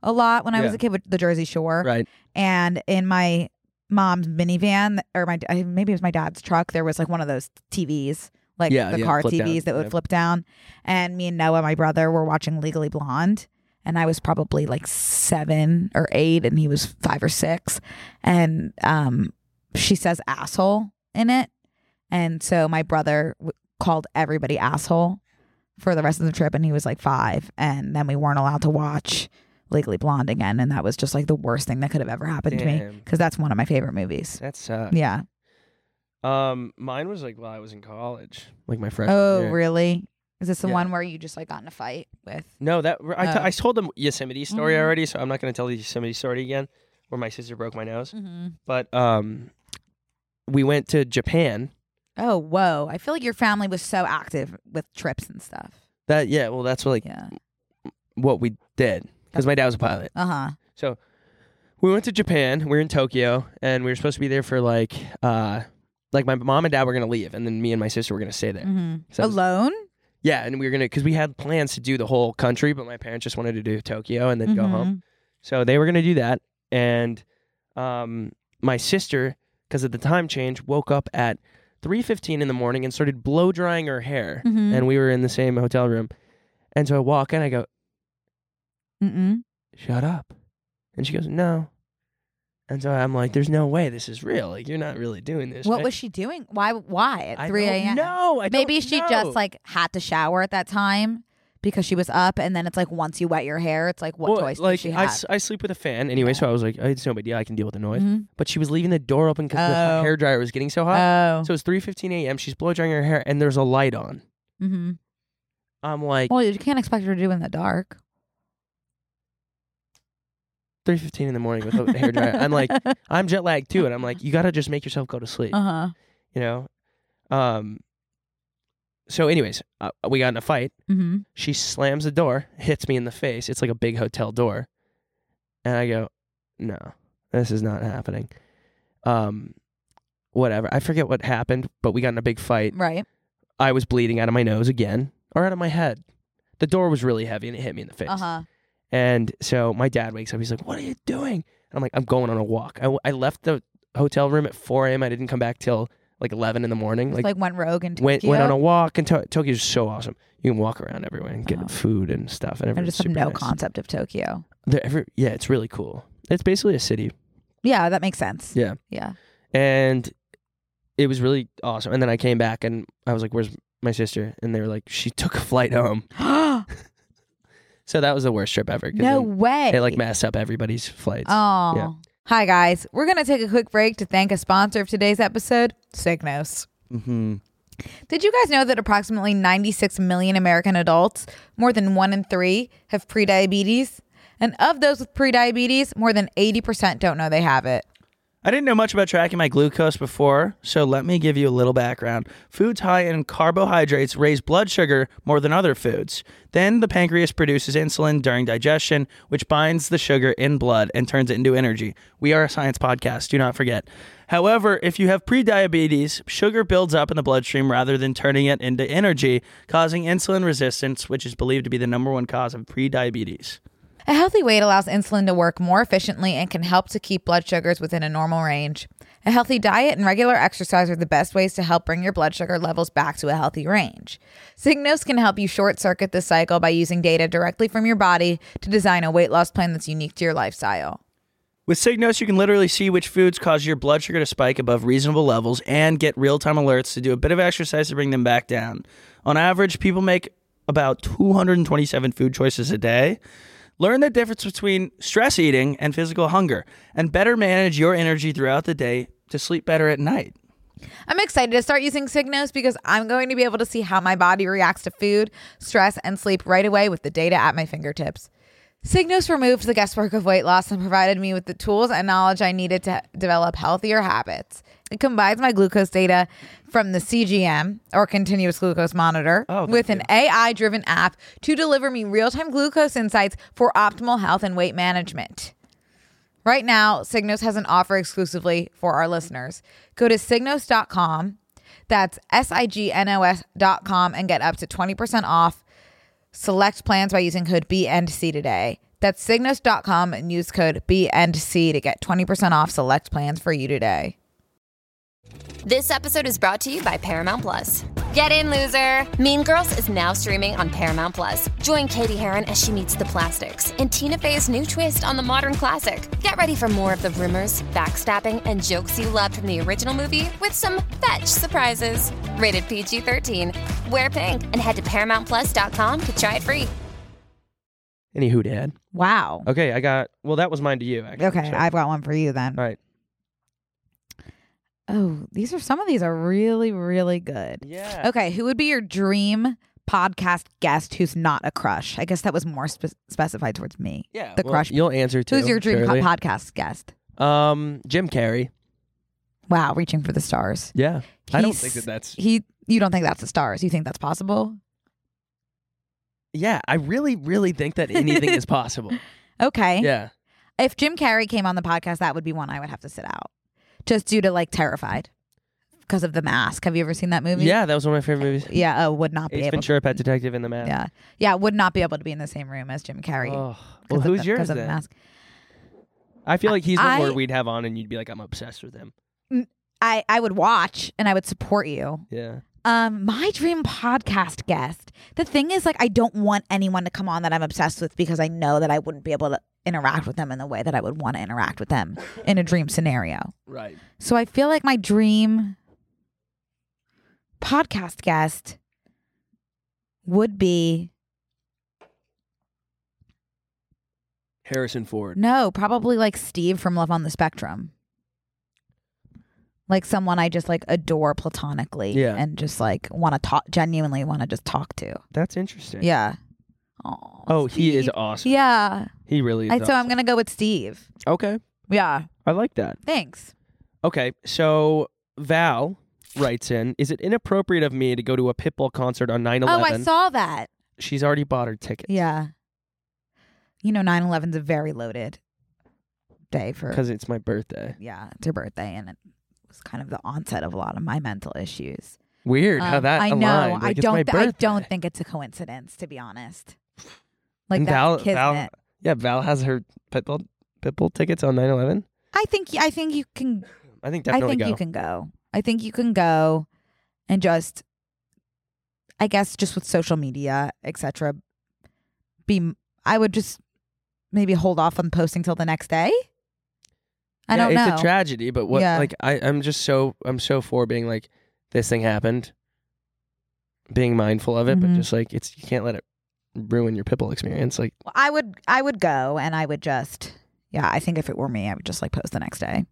Speaker 1: a lot when I was
Speaker 3: Yeah.
Speaker 1: a kid with the Jersey Shore,
Speaker 3: right. and
Speaker 1: and in my mom's minivan or my I- maybe it was my dad's truck, there was like one of those TVs. Like
Speaker 3: Yeah,
Speaker 1: the
Speaker 3: yeah,
Speaker 1: car
Speaker 3: flip down,
Speaker 1: TVs that would
Speaker 3: yeah.
Speaker 1: flip down. And me and Noah, my brother, were watching Legally Blonde. And I was probably like seven or eight, and he was five or six. And um, she says asshole in it. And so my brother w- called everybody asshole for the rest of the trip, and he was like five. And then we weren't allowed to watch Legally Blonde again, and that was just like the worst thing that could have ever happened to me
Speaker 3: Damn.
Speaker 1: because that's one of my favorite movies.
Speaker 3: that sucks.
Speaker 1: Yeah.
Speaker 3: Um, mine was like while I was in college, like my freshman.
Speaker 1: Oh,
Speaker 3: year.
Speaker 1: really? Is this the
Speaker 3: Yeah.
Speaker 1: one where you just like got in a fight with?
Speaker 3: No, that I t-
Speaker 1: Oh.
Speaker 3: I told them Yosemite story
Speaker 1: Mhm.
Speaker 3: already, so I'm not going to tell the Yosemite story again, where my sister broke my nose.
Speaker 1: Mm-hmm.
Speaker 3: But um, we went to Japan.
Speaker 1: Oh, whoa! I feel like your family was so active with trips and stuff.
Speaker 3: That yeah, well, that's what, like
Speaker 1: Yeah.
Speaker 3: what we did because my dad was a pilot.
Speaker 1: Uh huh.
Speaker 3: We went to Japan. We were in Tokyo, and we were supposed to be there for like, uh, like my mom and dad were gonna leave, and then me and my sister were gonna stay there.
Speaker 1: hmm
Speaker 3: So that was-
Speaker 1: Alone?
Speaker 3: yeah, and we were gonna because we had plans to do the whole country, but my parents just wanted to do Tokyo and then go home.
Speaker 1: Mhm.
Speaker 3: So they were gonna do that, and um, my sister, because of the time change, woke up at three fifteen in the morning and started blow drying her hair,
Speaker 1: Mhm.
Speaker 3: and we were in the same hotel room. And so I walk in, I go,
Speaker 1: Mm-mm.
Speaker 3: shut up. And she goes, no. And so I'm like, there's no way this is real. Like, you're not really doing this.
Speaker 1: What was she doing? Why? Why at three a.m.?
Speaker 3: No, I don't
Speaker 1: Maybe she
Speaker 3: know.
Speaker 1: just like had to shower at that time because she was up, and then it's like once you wet your hair, it's like what
Speaker 3: Well,
Speaker 1: choice did
Speaker 3: like
Speaker 1: she
Speaker 3: I,
Speaker 1: have? Mm-hmm.
Speaker 3: s- I sleep with a fan anyway, so I was like, it's no big deal. I can deal with the noise. But she was leaving the door open because
Speaker 1: Oh.
Speaker 3: the hair dryer was getting so hot.
Speaker 1: oh,
Speaker 3: so it's three fifteen a.m. She's blow drying her hair, and there's a light on.
Speaker 1: mm-hmm.
Speaker 3: I'm like
Speaker 1: well, you can't expect her to do in the dark.
Speaker 3: three fifteen in the morning with a hair dryer. I'm like, I'm jet lagged too, and I'm like, you gotta just make yourself go to sleep.
Speaker 1: uh huh.
Speaker 3: you know um so anyways uh, we got in a fight
Speaker 1: Mm-hmm.
Speaker 3: she slams the door hits me in the face it's like a big hotel door and i go no this is not happening um whatever i forget what happened but we got in a big fight
Speaker 1: Right.
Speaker 3: i was bleeding out of my nose again or out of my head the door was really heavy and it hit me in the face
Speaker 1: Uh huh.
Speaker 3: and so my dad wakes up. He's like, "What are you doing?" And I'm like, "I'm going on a walk." I, w- I left the hotel room at 4 a.m. I didn't come back till like 11 in the morning.
Speaker 1: Like,
Speaker 3: Like,
Speaker 1: like went rogue and
Speaker 3: went went on a walk. And to- Tokyo's so awesome. You can walk around everywhere and get
Speaker 1: Oh.
Speaker 3: food and stuff. And
Speaker 1: I
Speaker 3: everything's
Speaker 1: just have
Speaker 3: super
Speaker 1: no
Speaker 3: nice.
Speaker 1: concept of Tokyo.
Speaker 3: They're every- yeah, it's really cool. It's basically a city.
Speaker 1: Yeah, that makes sense.
Speaker 3: Yeah.
Speaker 1: Yeah.
Speaker 3: and it was really awesome. And then I came back and I was like, "Where's my sister?" And they were like, "She took a flight home." So that was the worst trip ever. 'cause
Speaker 1: no
Speaker 3: then
Speaker 1: way.
Speaker 3: It like messed up everybody's flights.
Speaker 1: Oh.
Speaker 3: Yeah.
Speaker 1: Hi, guys. We're going to take a quick break to thank a sponsor of today's episode, Signos.
Speaker 2: Mm-hmm.
Speaker 1: Did you guys know that approximately 96 million American adults, more than one in three, have prediabetes? And of those with prediabetes, more than 80% don't know they have it.
Speaker 2: I didn't know much about tracking my glucose before, so let me give you a little background. Foods high in carbohydrates raise blood sugar more than other foods. Then the pancreas produces insulin during digestion, which binds the sugar in blood and turns it into energy. We are a science podcast, do not forget. However, if you have prediabetes, sugar builds up in the bloodstream rather than turning it into energy, causing insulin resistance, which is believed to be the number one cause of prediabetes.
Speaker 1: A healthy weight allows insulin to work more efficiently and can help to keep blood sugars within a normal range. A healthy diet and regular exercise are the best ways to help bring your blood sugar levels back to a healthy range. Signos can help you short circuit this cycle by using data directly from your body to design a weight loss plan that's unique to your lifestyle.
Speaker 2: With Signos, you can literally see which foods cause your blood sugar to spike above reasonable levels and get real time alerts to do a bit of exercise to bring them back down. On average, people make about 227 food choices a day. Learn the difference between stress eating and physical hunger, and better manage your energy throughout the day to sleep better at night.
Speaker 1: I'm excited to start using Signos because I'm going to be able to see how my body reacts to food, stress, and sleep right away with the data at my fingertips. Signos removed the guesswork of weight loss and provided me with the tools and knowledge I needed to develop healthier habits. It combines my glucose data from the CGM or continuous glucose monitor
Speaker 2: thank
Speaker 1: with an AI driven app to deliver me real time glucose insights for optimal health and weight management. Right now, Signos has an offer exclusively for our listeners. Go to signos.com, that's S I G N O S.com, and get up to 20% off select plans by using code B and C today. That's signos.com and use code B and C to get 20% off select plans for you today.
Speaker 4: This episode is brought to you by Paramount Plus. Get in, loser! Mean Girls is now streaming on Paramount Plus. Join Katie Heron as she meets the plastics in Tina Fey's new twist on the modern classic. Get ready for more of the rumors, backstabbing, and jokes you loved from the original movie with some fetch surprises. Rated PG 13. Wear pink and head to ParamountPlus.com to try it free.
Speaker 3: Any who dad?
Speaker 1: Wow.
Speaker 3: Okay, I got. Well, that was mine to you. Actually.
Speaker 1: Okay,
Speaker 3: so-
Speaker 1: I've got one for you then.
Speaker 3: All right.
Speaker 1: Oh, these are some of these are really, really good.
Speaker 3: Yeah.
Speaker 1: Okay, who would be your dream podcast guest who's not a crush? I guess that was more spe- specified towards me.
Speaker 3: Yeah.
Speaker 1: The
Speaker 3: well,
Speaker 1: crush.
Speaker 3: You'll answer too.
Speaker 1: Who's your dream co-
Speaker 3: surely.
Speaker 1: podcast guest?
Speaker 3: Um, Jim Carrey.
Speaker 1: Wow, reaching for the stars.
Speaker 3: Yeah. I don't
Speaker 1: He's-
Speaker 3: think that that's.
Speaker 1: He you don't think that's the stars. You think that's possible?
Speaker 3: Yeah, I really, really think that anything is possible.
Speaker 1: Okay.
Speaker 3: Yeah.
Speaker 1: If Jim Carrey came on the podcast, that would be one I would have to sit out just due to like terrified because of the mask. Have you ever seen that movie?
Speaker 3: Yeah, that was one of my favorite movies.
Speaker 1: Yeah. Uh, would not be
Speaker 3: Ace
Speaker 1: able
Speaker 3: Ventura, Pet Detective, and the Man.
Speaker 1: Yeah. Yeah. Would not be able to be in the same room as Jim Carrey.
Speaker 3: Oh.
Speaker 1: 'cause
Speaker 3: Well,
Speaker 1: of
Speaker 3: who's
Speaker 1: the- 'cause
Speaker 3: yours
Speaker 1: of the
Speaker 3: then?
Speaker 1: mask.
Speaker 3: I feel like he's the
Speaker 1: I-
Speaker 3: one we'd have on, and you'd be like, "I'm obsessed with him."
Speaker 1: I, I would watch and I would support you.
Speaker 3: Yeah.
Speaker 1: Um, my dream podcast guest. The thing is, like, I don't want anyone to come on that I'm obsessed with because I know that I wouldn't be able to interact with them in the way that I would want to interact with them in a dream scenario.
Speaker 3: Right.
Speaker 1: So I feel like my dream podcast guest would be
Speaker 3: Harrison Ford.
Speaker 1: No, probably like Steve from Love on the Spectrum. Like someone I just like adore platonically
Speaker 3: Yeah.
Speaker 1: and just like want to talk, genuinely want to just talk to.
Speaker 3: That's interesting.
Speaker 1: Yeah. Aw,
Speaker 3: Oh, he is
Speaker 1: Steve.
Speaker 3: awesome.
Speaker 1: Yeah.
Speaker 3: He really is.
Speaker 1: I, so I'm
Speaker 3: awesome.
Speaker 1: going to go with Steve.
Speaker 3: okay.
Speaker 1: Yeah.
Speaker 3: I like that.
Speaker 1: Thanks.
Speaker 3: Okay, so Val writes in, is it inappropriate of me to go to a Pitbull concert on 9/11?
Speaker 1: Oh, I saw that.
Speaker 3: She's already bought her tickets.
Speaker 1: Yeah. You know, 9 11's a very loaded day for,
Speaker 3: Cuz it's my birthday.
Speaker 1: yeah, it's her birthday. And it was kind of the onset of a lot of my mental issues.
Speaker 3: Weird how
Speaker 1: Um,
Speaker 3: that
Speaker 1: I know.
Speaker 3: aligned.
Speaker 1: I
Speaker 3: Like, it's
Speaker 1: don't.
Speaker 3: my
Speaker 1: thi- I don't
Speaker 3: birthday.
Speaker 1: think it's a coincidence, to be honest. Like
Speaker 3: And
Speaker 1: that's
Speaker 3: Val-
Speaker 1: kismet.
Speaker 3: Val- Yeah, Val has her Pitbull Pitbull tickets on 9/11.
Speaker 1: I think. I think you can.
Speaker 3: I think definitely
Speaker 1: I think
Speaker 3: go.
Speaker 1: you can go. I think you can go, and just, I guess, just with social media, etc. Be. I would just maybe hold off on posting till the next day. I
Speaker 3: Yeah,
Speaker 1: don't
Speaker 3: it's
Speaker 1: know.
Speaker 3: a tragedy, but what
Speaker 1: Yeah.
Speaker 3: like I I'm just so I'm so for being like this thing happened, being mindful of it,
Speaker 1: Mhm.
Speaker 3: but just like it's you can't let it ruin your Pitbull experience. Like
Speaker 1: Well, I would. I would go, and I would just. Yeah, I think if it were me, I would just like post the next day,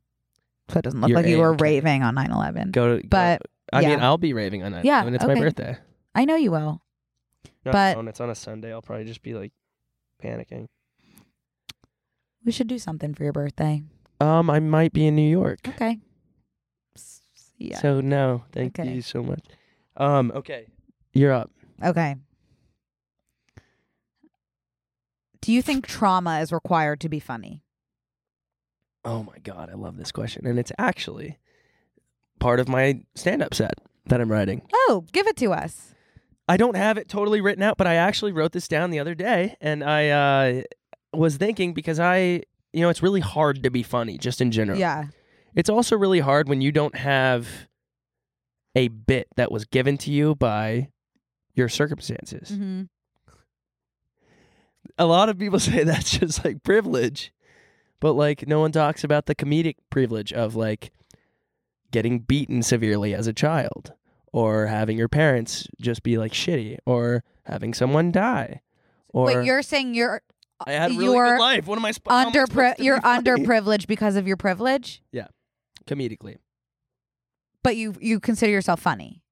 Speaker 1: so it doesn't look
Speaker 3: You're
Speaker 1: like you were
Speaker 3: a-
Speaker 1: raving on 9-11.
Speaker 3: go to
Speaker 1: But,
Speaker 3: go- I mean
Speaker 1: yeah.
Speaker 3: I'll be raving on it.
Speaker 1: Yeah,
Speaker 3: and it's
Speaker 1: okay.
Speaker 3: my birthday.
Speaker 1: I know you will.
Speaker 3: No,
Speaker 1: But-
Speaker 3: it's on a Sunday. I'll probably just be like panicking.
Speaker 1: We should do something for your birthday.
Speaker 3: Um, I might be in New York.
Speaker 1: Okay. S- Yeah.
Speaker 3: So no, thank
Speaker 1: Okay.
Speaker 3: you so much. Um, okay, you're up.
Speaker 1: okay. Do you think trauma is required to be funny?
Speaker 3: Oh my god, I love this question, and it's actually part of my stand-up set that I'm writing.
Speaker 1: Oh, give it to us.
Speaker 3: I don't have it totally written out, but I actually wrote this down the other day, and I uh, was thinking because I, you know, it's really hard to be funny just in general.
Speaker 1: Yeah.
Speaker 3: It's also really hard when you don't have a bit that was given to you by your circumstances.
Speaker 1: Mm-hmm.
Speaker 3: A lot of people say that's just like privilege, but like no one talks about the comedic privilege of like getting beaten severely as a child or having your parents just be like shitty or having someone die. Or
Speaker 1: Wait, you're saying you're
Speaker 3: I had a really
Speaker 1: you're
Speaker 3: good life. What am I sp- how am I
Speaker 1: under
Speaker 3: supposed to be
Speaker 1: you're
Speaker 3: funny?
Speaker 1: underprivileged because of your privilege,
Speaker 3: comedically.
Speaker 1: but you you consider yourself funny.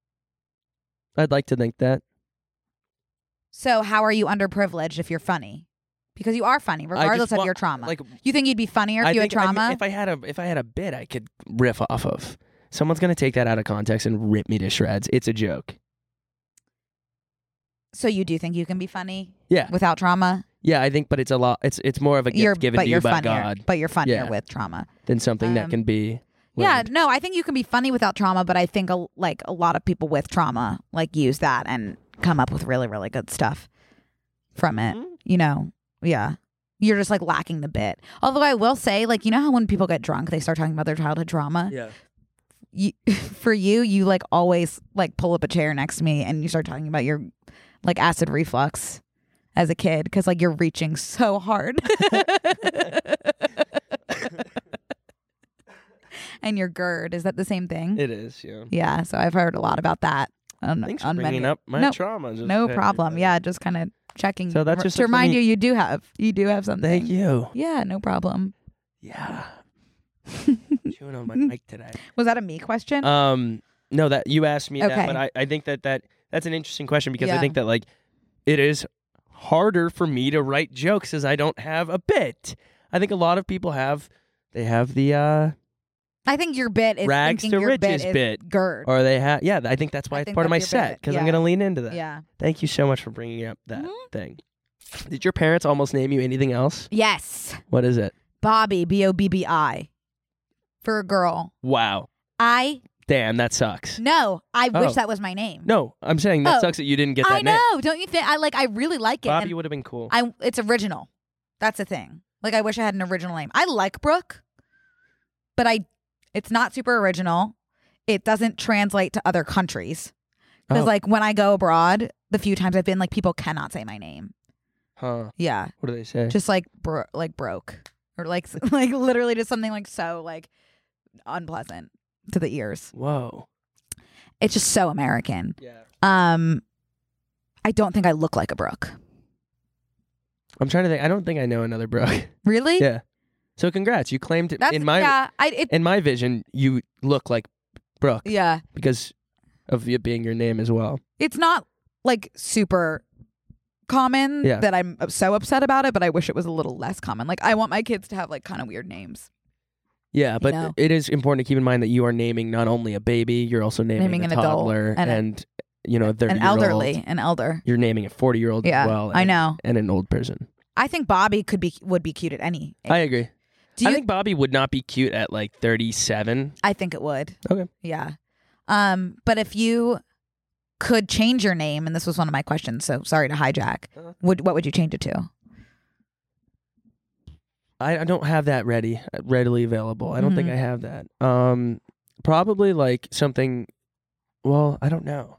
Speaker 3: I'd like to think that
Speaker 1: So how are you underprivileged if you're funny? Because you are funny
Speaker 3: I just
Speaker 1: regardless of
Speaker 3: want-
Speaker 1: your trauma.
Speaker 3: Like
Speaker 1: you think you'd be funnier if
Speaker 3: I
Speaker 1: you had
Speaker 3: think I mean,
Speaker 1: trauma?
Speaker 3: if I had a if I had a bit, I could riff off of. Someone's gonna take that out of context and rip me to shreds. It's a joke.
Speaker 1: so you do think you can be funny
Speaker 3: Yeah,
Speaker 1: without trauma?
Speaker 3: yeah. I think, but it's a lot. It's it's more of a gift
Speaker 1: you're,
Speaker 3: given
Speaker 1: but
Speaker 3: to you
Speaker 1: you're
Speaker 3: by
Speaker 1: funnier,
Speaker 3: God
Speaker 1: But you're funnier
Speaker 3: Yeah.
Speaker 1: with trauma.
Speaker 3: than something that
Speaker 1: Um,
Speaker 3: can be.
Speaker 1: Yeah,
Speaker 3: learned.
Speaker 1: no, I think you can be funny without trauma, but I think a, like a lot of people with trauma like use that and come up with really really good stuff from it.
Speaker 3: Mhm.
Speaker 1: You know, yeah. You're just like lacking the bit. Although I will say, like, you know how when people get drunk, they start talking about their childhood trauma.
Speaker 3: Yeah.
Speaker 1: You, for you, you like always like pull up a chair next to me and you start talking about your like acid reflux as a kid because like you're reaching so hard. and your GERD. Is that the same thing?
Speaker 3: It is. Yeah.
Speaker 1: yeah. So I've heard a lot about that. On,
Speaker 3: Thanks for
Speaker 1: on
Speaker 3: bringing
Speaker 1: many-
Speaker 3: up my
Speaker 1: no,
Speaker 3: trauma. Just
Speaker 1: no
Speaker 3: hey,
Speaker 1: problem.
Speaker 3: uh,
Speaker 1: Yeah, just kind of checking.
Speaker 3: So that's just
Speaker 1: to
Speaker 3: a
Speaker 1: remind
Speaker 3: funny-
Speaker 1: you, you do have you do have something.
Speaker 3: Thank you.
Speaker 1: Yeah, no problem.
Speaker 3: Yeah. Chewing on my mic today.
Speaker 1: Was that a me question?
Speaker 3: Um, no, that you asked me
Speaker 1: Okay.
Speaker 3: that, but I, I think that, that that's an interesting question because
Speaker 1: Yeah.
Speaker 3: I think that like it is harder for me to write jokes as I don't have a bit. I think a lot of people have they have the uh
Speaker 1: I think your bit is
Speaker 3: rags
Speaker 1: thinking
Speaker 3: to
Speaker 1: your
Speaker 3: riches
Speaker 1: is
Speaker 3: bit.
Speaker 1: GERD.
Speaker 3: or they have yeah. I think that's why
Speaker 1: I
Speaker 3: it's
Speaker 1: think
Speaker 3: part of my
Speaker 1: that's your bit,
Speaker 3: set because I'm
Speaker 1: yeah.
Speaker 3: gonna lean into that.
Speaker 1: yeah.
Speaker 3: Thank you so much for bringing up that
Speaker 1: Mhm.
Speaker 3: thing. Did your parents almost name you anything else?
Speaker 1: Yes,
Speaker 3: What is it?
Speaker 1: Bobby B O B B I for a girl.
Speaker 3: Wow,
Speaker 1: I
Speaker 3: damn, that sucks.
Speaker 1: no. I
Speaker 3: Oh.
Speaker 1: wish that was my name.
Speaker 3: No, I'm saying that
Speaker 1: Oh.
Speaker 3: sucks that you didn't get that
Speaker 1: I
Speaker 3: name.
Speaker 1: know. Don't you think? I like. I really like it. and-
Speaker 3: Bobby would have been cool.
Speaker 1: I it's original. That's a thing. Like I wish I had an original name. I like Brooke, but I it's not super original. It doesn't translate to other countries. Because
Speaker 3: Oh.
Speaker 1: like when I go abroad, the few times I've been, like people cannot say my name.
Speaker 3: huh?
Speaker 1: Yeah,
Speaker 3: What do they say?
Speaker 1: just like bro- like broke or like s- like literally just something like so like unpleasant to the ears.
Speaker 3: Whoa.
Speaker 1: It's just so American.
Speaker 3: Yeah.
Speaker 1: Um, I don't think I look like a Brooke.
Speaker 3: I'm trying to think. I don't think I know another Brooke.
Speaker 1: Really?
Speaker 3: yeah. So congrats, you claimed
Speaker 1: That's
Speaker 3: in my
Speaker 1: yeah. I it,
Speaker 3: in my vision you look like Brooke
Speaker 1: yeah.
Speaker 3: because of it being your name as well.
Speaker 1: It's not like super common
Speaker 3: Yeah.
Speaker 1: that I'm so upset about it, but I wish it was a little less common. Like I want my kids to have like kind of weird names.
Speaker 3: Yeah, but
Speaker 1: know.
Speaker 3: it is important to keep in mind that you are naming not only a baby, you're also naming,
Speaker 1: Naming
Speaker 3: a
Speaker 1: an adult
Speaker 3: toddler
Speaker 1: and a-
Speaker 3: and you know, a 30
Speaker 1: An elderly, an elder.
Speaker 3: You're naming a 40 year old
Speaker 1: Yeah.
Speaker 3: as well.
Speaker 1: I
Speaker 3: and-
Speaker 1: know.
Speaker 3: And an old person.
Speaker 1: I think Bobby could be would be cute at any. age.
Speaker 3: I agree.
Speaker 1: Eh, Do you
Speaker 3: I think Bobby would not be cute at like 37.
Speaker 1: I think it would.
Speaker 3: Okay.
Speaker 1: Yeah. Um, but if you could change your name, and this was one of my questions, so sorry to hijack.
Speaker 3: Uh-huh.
Speaker 1: Would what would you change it to?
Speaker 3: I, I don't have that ready, uh, readily available. I don't think
Speaker 1: Mhm.
Speaker 3: I have that. Um, probably like something. Well, I don't know.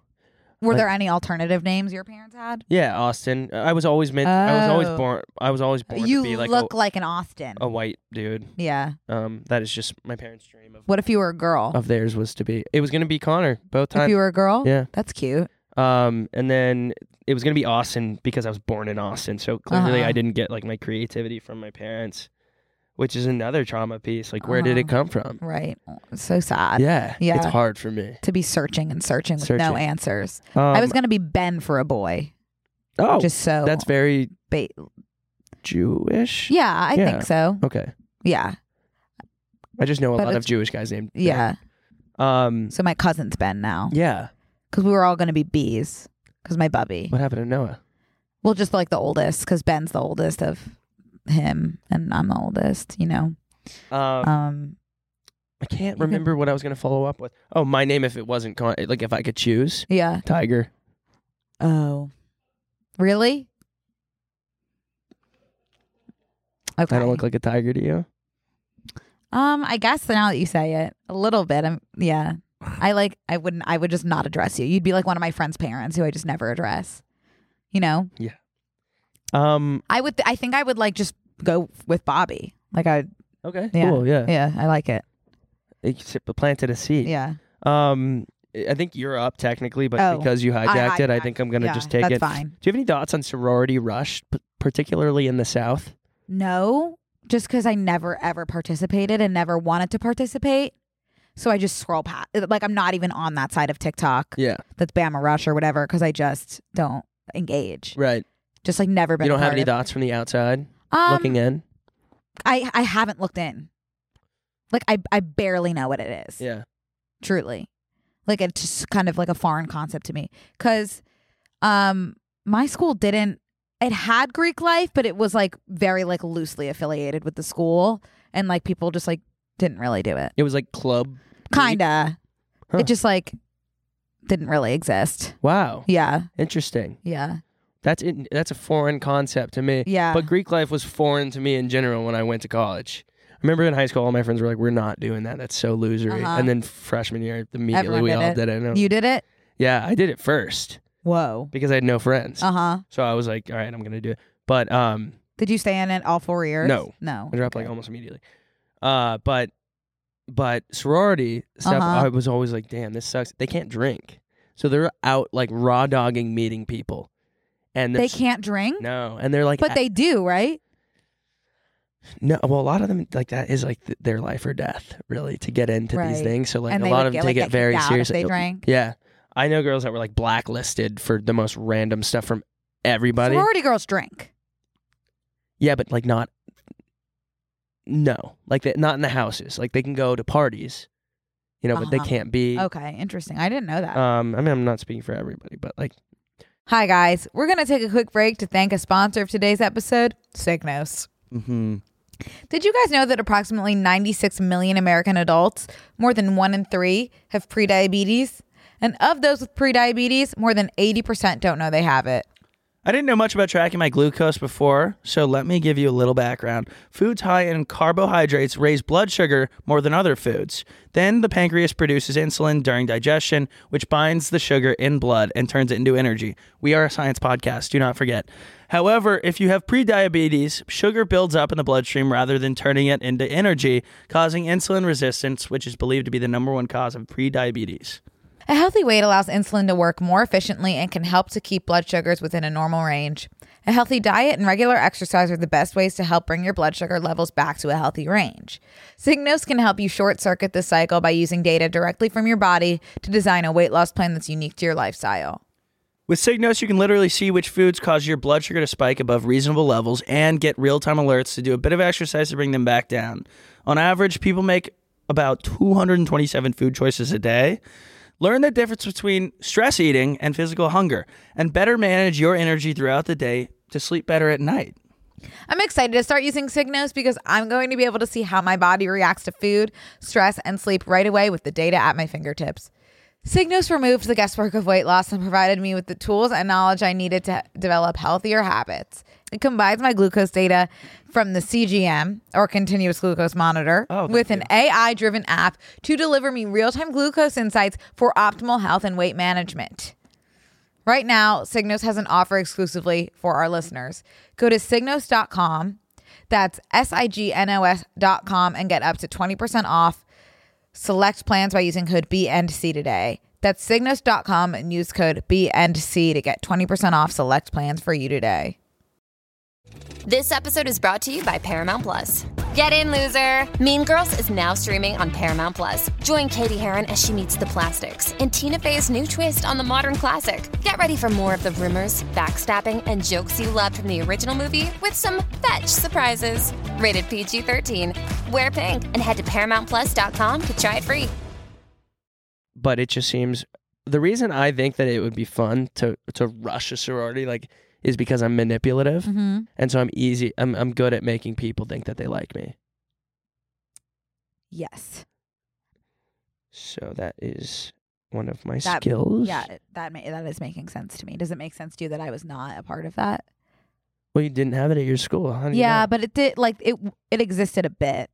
Speaker 1: Were
Speaker 3: Like-
Speaker 1: there any alternative names your parents had?
Speaker 3: Yeah, Austin. uh, I was always meant. I was always
Speaker 1: Oh.
Speaker 3: born. I was always born
Speaker 1: you
Speaker 3: to be like
Speaker 1: look
Speaker 3: a, Oh.
Speaker 1: like an Austin.
Speaker 3: a white dude.
Speaker 1: Yeah.
Speaker 3: Um, that is just my parents' dream of
Speaker 1: What if you were a girl?
Speaker 3: of theirs was to be. It was gonna be Connor both
Speaker 1: if you
Speaker 3: times.
Speaker 1: were a girl?
Speaker 3: Uh, Yeah.
Speaker 1: That's cute.
Speaker 3: Um, and then it was gonna be Austin because I was born in Austin. So clearly,
Speaker 1: Uh-huh.
Speaker 3: I didn't get like my creativity from my parents, which is another trauma piece. Like, where did it
Speaker 1: Uh-huh.
Speaker 3: come from?
Speaker 1: Right. It's So sad.
Speaker 3: Yeah,
Speaker 1: Yeah.
Speaker 3: It's hard for me.
Speaker 1: To be searching and searching with no
Speaker 3: Searching.
Speaker 1: answers.
Speaker 3: Um,
Speaker 1: I was gonna be Ben for a boy.
Speaker 3: Oh,
Speaker 1: just so
Speaker 3: that's very
Speaker 1: ba-
Speaker 3: Jewish.
Speaker 1: Yeah, I
Speaker 3: Yeah.
Speaker 1: think so.
Speaker 3: Okay.
Speaker 1: Yeah.
Speaker 3: I just know a
Speaker 1: But
Speaker 3: lot of
Speaker 1: it's-
Speaker 3: Jewish guys named. Ben.
Speaker 1: Yeah.
Speaker 3: Um.
Speaker 1: So my cousin's Ben now.
Speaker 3: Yeah.
Speaker 1: because we were all going to be bees because my bubby
Speaker 3: What happened to Noah?
Speaker 1: well just like the oldest because ben's the oldest of him and i'm the oldest you know
Speaker 3: Um,
Speaker 1: um
Speaker 3: I can't
Speaker 1: can-
Speaker 3: remember what I was gonna follow up with. Oh, my name if it wasn't con- like if I could choose
Speaker 1: yeah
Speaker 3: Tiger.
Speaker 1: oh really okay
Speaker 3: I don't look like a tiger to you.
Speaker 1: um i guess now that you say it a little bit i'm yeah i like i wouldn't i would just not address you you'd be like one of my friend's parents who i just never address you know
Speaker 3: Um.
Speaker 1: i would i think i would like just go with bobby like i
Speaker 3: Okay.
Speaker 1: Yeah.
Speaker 3: Cool. Yeah.
Speaker 1: yeah i like it
Speaker 3: It s- planted a seed.
Speaker 1: yeah
Speaker 3: Um. I think you're up technically, but
Speaker 1: Oh.
Speaker 3: because you hijacked, it, I
Speaker 1: hijacked-
Speaker 3: think I'm gonna
Speaker 1: yeah,
Speaker 3: just take
Speaker 1: that's
Speaker 3: it.
Speaker 1: fine.
Speaker 3: Do you have any thoughts on sorority rush, p- particularly in the South?
Speaker 1: No, just because I never ever participated and never wanted to participate. So I just scroll past. Like I'm not even on that side of TikTok
Speaker 3: Yeah.
Speaker 1: that's Bama Rush or whatever because I just don't engage.
Speaker 3: Right.
Speaker 1: Just like never been.
Speaker 3: You
Speaker 1: a
Speaker 3: don't have
Speaker 1: part
Speaker 3: any
Speaker 1: of-
Speaker 3: thoughts from the outside
Speaker 1: Um,
Speaker 3: looking in.
Speaker 1: I I haven't looked in. Like I I barely know what it is.
Speaker 3: Yeah.
Speaker 1: Truly, like it's just kind of like a foreign concept to me because, um, my school didn't. It had Greek life, but it was like very like loosely affiliated with the school, and like people just like didn't really do it.
Speaker 3: It was like club.
Speaker 1: kinda
Speaker 3: Huh.
Speaker 1: it just like didn't really exist
Speaker 3: Wow.
Speaker 1: yeah
Speaker 3: Interesting.
Speaker 1: yeah
Speaker 3: That's in, that's a foreign concept to me.
Speaker 1: Yeah.
Speaker 3: But Greek life was foreign to me in general when I went to college. I remember in high school, all my friends were like, "We're not doing that. That's so losery."
Speaker 1: Uh-huh.
Speaker 3: And then freshman year, immediately
Speaker 1: Everyone
Speaker 3: we
Speaker 1: did
Speaker 3: all
Speaker 1: it.
Speaker 3: did it. And I was-
Speaker 1: you did it
Speaker 3: yeah, I did it first
Speaker 1: whoa
Speaker 3: because I had no friends.
Speaker 1: uh-huh
Speaker 3: So I was like, "All right, I'm gonna do it." But um,
Speaker 1: did you stay in it all four years
Speaker 3: No.
Speaker 1: no
Speaker 3: I dropped like
Speaker 1: Okay.
Speaker 3: almost immediately. Uh, but but sorority stuff,
Speaker 1: Uh-huh.
Speaker 3: I was always like, "Damn, this sucks." They can't drink, so they're out like raw dogging meeting people, and
Speaker 1: they
Speaker 3: there's-
Speaker 1: can't drink
Speaker 3: No, and they're like,
Speaker 1: but they do right
Speaker 3: No, well, a lot of them like that is like th- their life or death, really, to get into these
Speaker 1: Right.
Speaker 3: things. So like
Speaker 1: and
Speaker 3: a
Speaker 1: they
Speaker 3: lot
Speaker 1: would
Speaker 3: of
Speaker 1: get,
Speaker 3: them take
Speaker 1: like,
Speaker 3: it
Speaker 1: kicked
Speaker 3: very
Speaker 1: out if
Speaker 3: seriously.
Speaker 1: they drank
Speaker 3: Yeah, I know girls that were like blacklisted for the most random stuff from everybody.
Speaker 1: sorority girls drink
Speaker 3: Yeah, but like not. No, like that. Not in the houses. Like they can go to parties, you know, but they
Speaker 1: Uh-huh.
Speaker 3: can't be.
Speaker 1: okay interesting i didn't know that
Speaker 3: Um, I mean, I'm not speaking for everybody, but like,
Speaker 1: hi guys we're gonna take a quick break to thank a sponsor of today's episode signos
Speaker 2: Mm-hmm.
Speaker 1: Did you guys know that approximately 96 million American adults, more than one in three, have prediabetes? And of those with prediabetes, more than 80% don't know they have it.
Speaker 2: I didn't know much about tracking my glucose before, so let me give you a little background. Foods high in carbohydrates raise blood sugar more than other foods. Then the pancreas produces insulin during digestion, which binds the sugar in blood and turns it into energy. We are a science podcast, do not forget. However, if you have prediabetes, sugar builds up in the bloodstream rather than turning it into energy, causing insulin resistance, which is believed to be the number one cause of prediabetes.
Speaker 1: A healthy weight allows insulin to work more efficiently and can help to keep blood sugars within a normal range. A healthy diet and regular exercise are the best ways to help bring your blood sugar levels back to a healthy range. Signos can help you short circuit this cycle by using data directly from your body to design a weight loss plan that's unique to your lifestyle.
Speaker 2: With Signos, you can literally see which foods cause your blood sugar to spike above reasonable levels and get real time alerts to do a bit of exercise to bring them back down. On average, people make about 227 food choices a day. Learn the difference between stress eating and physical hunger, and better manage your energy throughout the day to sleep better at night.
Speaker 1: I'm excited to start using Signos because I'm going to be able to see how my body reacts to food, stress, and sleep right away with the data at my fingertips. Signos removed the guesswork of weight loss and provided me with the tools and knowledge I needed to develop healthier habits. It combines my glucose data from the CGM or continuous glucose monitor with an AI driven app to deliver me real time glucose insights for optimal health and weight management. Right now, Signos has an offer exclusively for our listeners. Go to signos.com, that's S I G N O S.com, and get up to 20% off select plans by using code B and C today. That's signos.com and use code B and C to get 20% off select plans for you today.
Speaker 4: This episode is brought to you by Paramount Plus. Get in, loser! Mean Girls is now streaming on Paramount Plus. Join Katie Heron as she meets the plastics in Tina Fey's new twist on the modern classic. Get ready for more of the rumors, backstabbing, and jokes you loved from the original movie with some fetch surprises. Rated PG 13. Wear pink and head to ParamountPlus.com to try it free.
Speaker 3: but it just seems the reason I think that it would be fun to to rush a sorority like is because I'm manipulative
Speaker 5: Mm-hmm.
Speaker 3: and so I'm easy I'm I'm good at making people think that they like me.
Speaker 5: Yes.
Speaker 3: So that is one of my
Speaker 5: That-
Speaker 3: skills.
Speaker 5: Yeah, it- that ma- that is making sense to me. Does it make sense to you that I was not a part of that?
Speaker 3: Well, you didn't have it at your school. How do you
Speaker 5: yeah,
Speaker 3: know?
Speaker 5: but it did like it it existed a bit.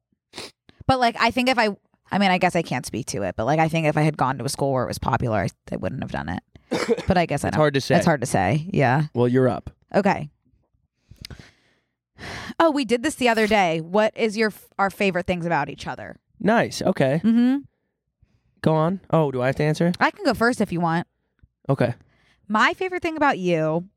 Speaker 5: But like I think if I I mean I guess I can't speak to it, but like I think if I had gone to a school where it was popular, I, I wouldn't have done it. But I guess I
Speaker 3: it's
Speaker 5: don't.
Speaker 3: hard to say.
Speaker 5: It's hard to say. Yeah.
Speaker 3: Well, you're up.
Speaker 5: Okay. Oh, we did this the other day. What is your f- our favorite things about each other?
Speaker 3: Nice. Okay.
Speaker 5: Mhm.
Speaker 3: Go on. Oh, do I have to answer?
Speaker 5: I can go first if you want.
Speaker 3: Okay.
Speaker 5: My favorite thing about you